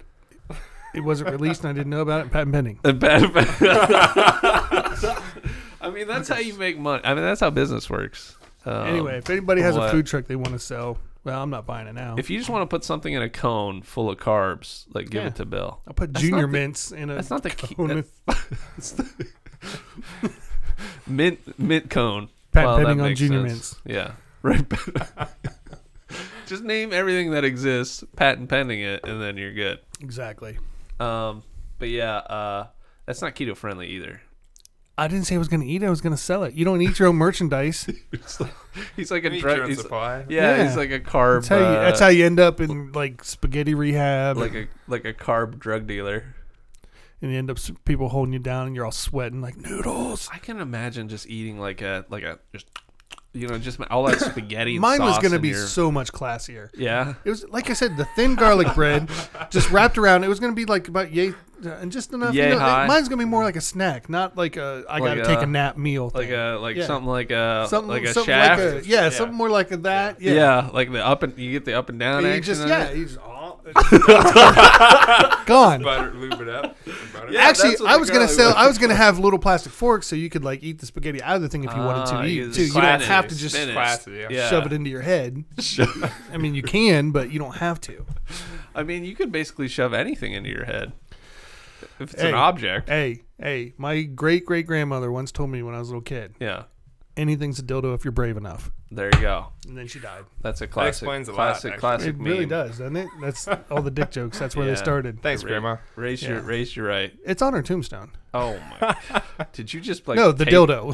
B: it wasn't released, and I didn't know about it. Patent pending.
A: A bad- I mean, that's how you make money. I mean, that's how business works. Um,
B: anyway, if anybody has
A: what?
B: a food truck they want to sell, well, I'm not buying it now.
A: if you just want to put something in a cone full of carbs, like give
B: Yeah.
A: it to Bill.
B: I'll put
A: That's
B: junior
A: not the-
B: mints in a.
A: That's not the key.
B: cone with
A: that's- mint mint cone.
B: Patent
A: that
B: pending on
A: makes
B: Junior
A: sense. Yeah, right. Just name everything that exists, patent pending it, and then you're good.
B: exactly.
A: Um, but yeah, uh, that's not keto friendly either.
B: I didn't say I was going to eat it. I was going to sell it. You don't eat your own merchandise.
A: It's like- he's like a
D: Meet
A: drug.
D: your own
A: He's,
D: supply.
A: yeah,
B: Yeah.
A: he's like a carb.
B: That's how you, that's
A: uh,
B: how you end up in like spaghetti rehab,
A: like a like a carb drug dealer.
B: and you end up s- people holding you down, and you're all sweating like noodles.
A: I can imagine just eating like a like a just you know just all that spaghetti. and
B: Mine was
A: sauce
B: going to
A: in
B: be
A: your-
B: so much classier.
A: yeah.
B: It was like I said, the thin garlic bread, just wrapped around. It was gonna be like about yay and just enough.
A: Yay
B: you know,
A: high.
B: Mine's gonna be more like a snack, not like a I
A: Like
B: gotta
A: a-
B: take a nap meal.
A: like
B: thing.
A: a like
B: Yeah.
A: something like a
B: something
A: like a
B: something
A: shaft.
B: Like a, yeah, something more like a that. Yeah,
A: yeah. like the up and you get the up and down
B: And you
A: action.
B: just
A: on
B: yeah,
A: it.
B: you just oh, gone.
D: Butter, lube it up. and butter it.
A: Yeah.
B: Actually,
A: that's what
B: I
A: the
B: was gonna
A: garlic
B: sell.
A: was.
B: I was gonna have little plastic forks so you could like eat the spaghetti out of the thing if you wanted
A: Ah,
B: to
A: you
B: eat
A: just
B: too. You
A: spin
B: don't
A: it,
B: have to just
A: spin it.
D: Classy, yeah.
A: Yeah.
B: shove it into your head. I mean, you can, but you don't have to.
A: I mean, you could basically shove anything into your head if it's
B: Hey.
A: an object.
B: Hey, hey, my great great grandmother once told me when I was a little kid.
A: Yeah.
B: anything's a dildo if you're brave enough.
A: There you go.
B: And then she died.
A: That's a classic.
D: explains a lot,
A: classic,
D: actually.
A: classic.
B: It really
A: meme.
B: does, doesn't it? That's all the dick jokes. That's where
A: Yeah.
B: they started.
D: Thanks, Grandma.
A: Raise your,
B: Yeah.
A: raise your right.
B: It's on her tombstone.
A: Oh my! Did you just like
B: no, the
A: tape-
B: dildo.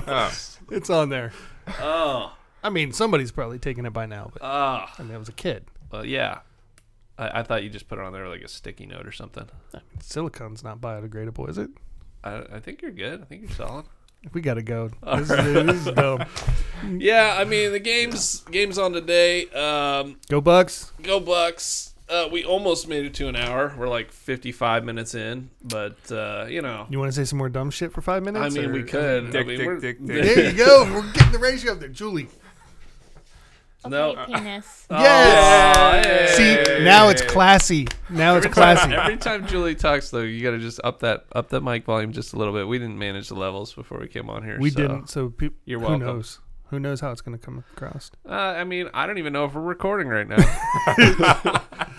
A: Oh, gross.
B: it's on there.
A: oh,
B: I mean, somebody's probably taken it by now, but
A: oh.
B: I mean, I was a kid.
A: Well, uh, yeah. I, I thought you just put it on there like a sticky note or something.
B: Silicon's not biodegradable, is it?
A: I, I think you're good. I think you're solid.
B: We gotta go. This is, this is dumb.
A: Yeah, I mean the games games on today. Um,
B: Go Bucks.
A: go Bucks. Uh, we almost made it to an hour. We're like 55 minutes in, but uh, you know,
B: You want to say some more dumb shit for five
A: I
B: minutes?
A: mean,
B: or-
A: we could.
D: Dick,
A: I mean,
D: dick,
A: we're-
D: dick,
B: There you go. We're getting the ratio up there, Julie.
C: Okay,
A: No.
C: penis.
A: Oh.
B: Yes.
A: Aw, hey.
B: See, now it's classy. Now it's classy.
A: Every time Julie talks, though, you got to just up that up that mic volume just a little bit. We didn't manage the levels before we came on here.
B: We
A: so.
B: didn't. So peop
A: You're
B: who
A: welcome.
B: knows? Who knows how it's going to come across?
A: Uh, I mean, I don't even know if we're recording right now.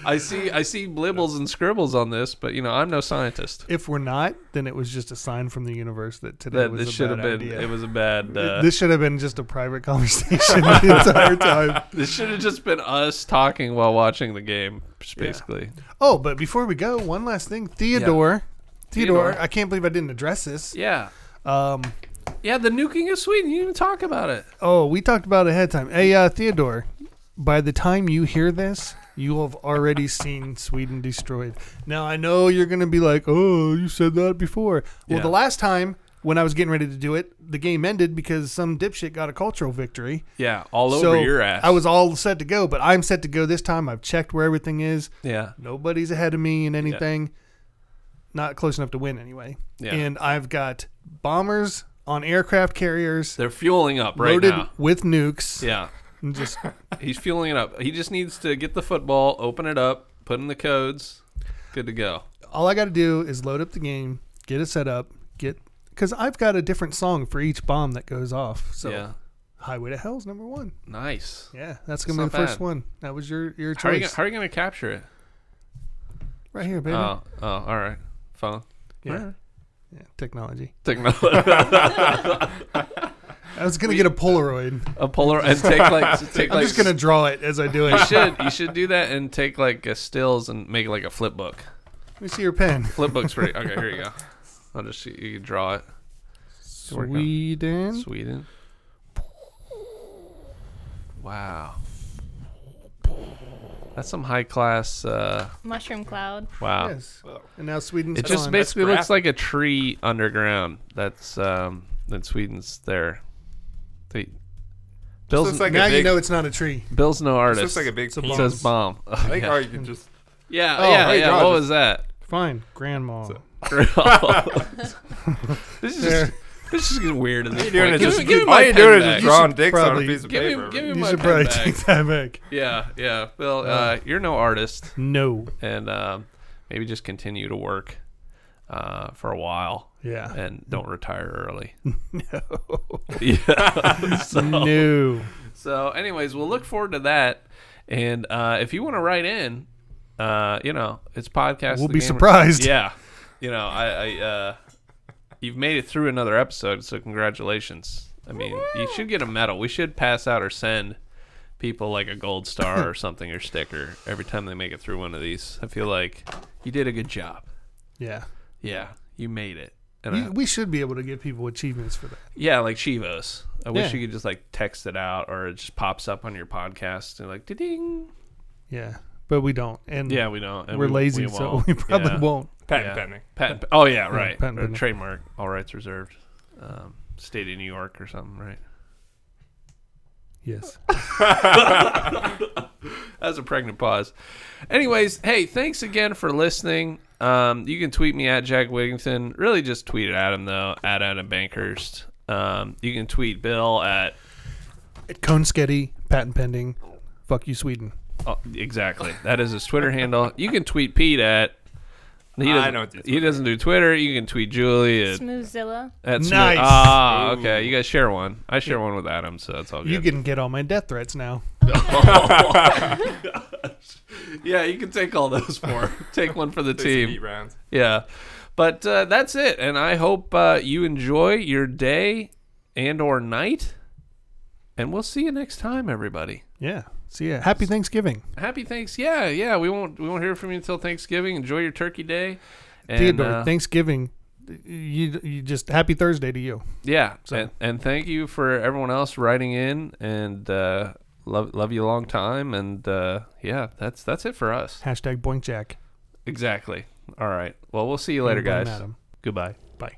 A: I see, I see blibbles and scribbles on this, but you know, I'm no scientist.
B: If we're not, then it was just a sign from the universe that today
A: That
B: was
A: this
B: a
A: should have
B: bad
A: been.
B: idea.
A: It was a bad.
B: Th-
A: Uh,
B: this should have been just a private conversation the entire time.
A: this should have just been us talking while watching the game, just basically.
B: Oh, but before we go, one last thing, Theodore. Theodore,
A: Theodore.
B: I can't believe I didn't address this.
A: Yeah.
B: Um,
A: Yeah, the nuking of Sweden. You didn't even talk about it.
B: oh, we talked about it ahead of time. Hey, uh, Theodore, by the time you hear this, you have already seen Sweden destroyed. Now, I know you're going to be like, oh, you said that before. Well,
A: Yeah.
B: the last time when I was getting ready to do it, the game ended because some dipshit got a cultural victory.
A: Yeah, all
B: so
A: over your ass.
B: I was all set to go, but I'm set to go this time. I've checked where everything is.
A: Yeah.
B: Nobody's ahead of me in anything. Not close enough to win anyway.
A: Yeah.
B: And I've got bombers on aircraft carriers
A: They're fueling up right
B: loaded
A: now.
B: with nukes.
A: Yeah.
B: And just
A: He's fueling it up. He just needs to get the football, open it up, put in the codes. Good to go.
B: all I got to do is load up the game, get it set up, get because I've got a different song for each bomb that goes off. So
A: Yeah.
B: Highway to Hell's number one.
A: Nice.
B: Yeah, that's gonna
A: That's not
B: be the first
A: bad.
B: one. That was your your
A: How are, you,
B: choice,
A: gonna- how are you going to capture it?
B: right here, baby.
A: Oh, oh, all right. Phone.
B: yeah. yeah, technology.
A: Technology.
B: I was gonna get a Polaroid.
A: a polar and take like take
B: I'm
A: like
B: just gonna draw it as I do it.
A: you
B: Let
A: should you should do that and take like a stills and make like a flip book.
B: me see your pen.
A: Flip book's pretty okay, here you go. I'll just see you can draw it. Work on-
B: Sweden.
A: Sweden. Wow. That's some high class uh
C: Mushroom cloud.
A: wow.
B: Yes. And now
A: uh,
B: Sweden's
A: It just
B: gone.
A: basically looks
D: That's
A: like a tree underground. That's um that Sweden's there. They, Bill's
D: looks like
B: now
D: a
B: you
D: big,
B: know it's not a tree.
A: Bill's no artist.
D: this looks like a big.
B: a
A: It
D: penis.
A: says bomb.
D: I think
A: yeah,
D: all you can just
A: yeah,
D: Oh,
A: yeah.
D: hey,
A: yeah.
D: Roger.
A: What was that?
B: Fine, grandma.
A: this is
B: There.
A: just, this is getting weird. At this
D: doing
A: point.
D: is
A: Give,
D: just
A: me, give me
D: all
A: my
D: you're
A: pen
D: doing is
A: back.
D: just drawing
B: should
D: dicks on
B: probably-
D: a piece of
A: give
D: paper.
A: me, give me
B: you
A: my
B: should
A: pen
B: probably
A: back.
B: take that back.
A: Yeah, yeah, Bill. Uh, you're no artist,
B: No.
A: and um, maybe just continue to work uh, for a while
B: Yeah.
A: and don't retire early. no. Yeah. so,
B: No.
A: so, anyways, we'll look forward to that. And uh, if you want to write in, uh, you know, it's podcast.
B: We'll
A: The
B: be
A: Gamer-
B: surprised.
A: Yeah. You know, I, I uh, you've made it through another episode, so congratulations. I mean, you should get a medal. We should pass out or send people like a gold star or something or sticker every time they make it through one of these. I feel like you did a good job.
B: Yeah.
A: Yeah, you made it. And I-
B: You, we should be able to give people achievements for that.
A: yeah, like Chivos. I wish
B: Yeah.
A: you could just like text it out or it just pops up on your podcast and like ding.
B: Yeah. But we don't. And
A: Yeah, we don't. and
B: we're
A: we-
B: lazy, so
A: won't.
B: we probably
A: Yeah.
B: won't.
D: patent
A: Yeah.
D: pending.
A: Patent. Oh yeah, right.
B: patent
A: Or
B: pending.
A: trademark. All rights reserved. Um, state of New York or something, right?
B: Yes.
A: That was a pregnant pause. Anyways, hey, thanks again for listening. Um, you can tweet me at Jack Wigington. Really, just tweet at him though at Adam Bankhurst. Um, you can tweet Bill at
B: Consketty, patent pending. Fuck you, Sweden.
A: oh, exactly that is his Twitter handle. You can tweet Pete at. He
D: I
A: doesn't,
D: don't do
A: he doesn't do Twitter. You can tweet Julie at
C: Smoothzilla.
A: At Smith-
B: Nice.
A: Ah, okay. You guys share one. I share one with Adam, so that's all good.
B: You can get all my death threats now.
A: yeah, you can take all those four. take one for the
D: Play some
A: team.
D: heat rounds.
A: Yeah. But uh, that's it. And I hope uh, you enjoy your day. and or night. And we'll see you next time, everybody.
B: Yeah. See ya. Happy Thanksgiving.
A: Happy thanks. Yeah, yeah. We won't we won't hear from you until Thanksgiving. Enjoy your turkey day. And,
B: Theodore,
A: uh,
B: Thanksgiving. You, you just happy Thursday to you.
A: Yeah, and, and thank you for everyone else writing in, and uh, love love you a long time, and uh, yeah, that's that's it for us.
B: Hashtag Boink Jack.
A: Exactly. All right. Well, we'll see you later,
B: Everybody
A: guys.
B: mad 'em.
A: Goodbye.
B: Bye.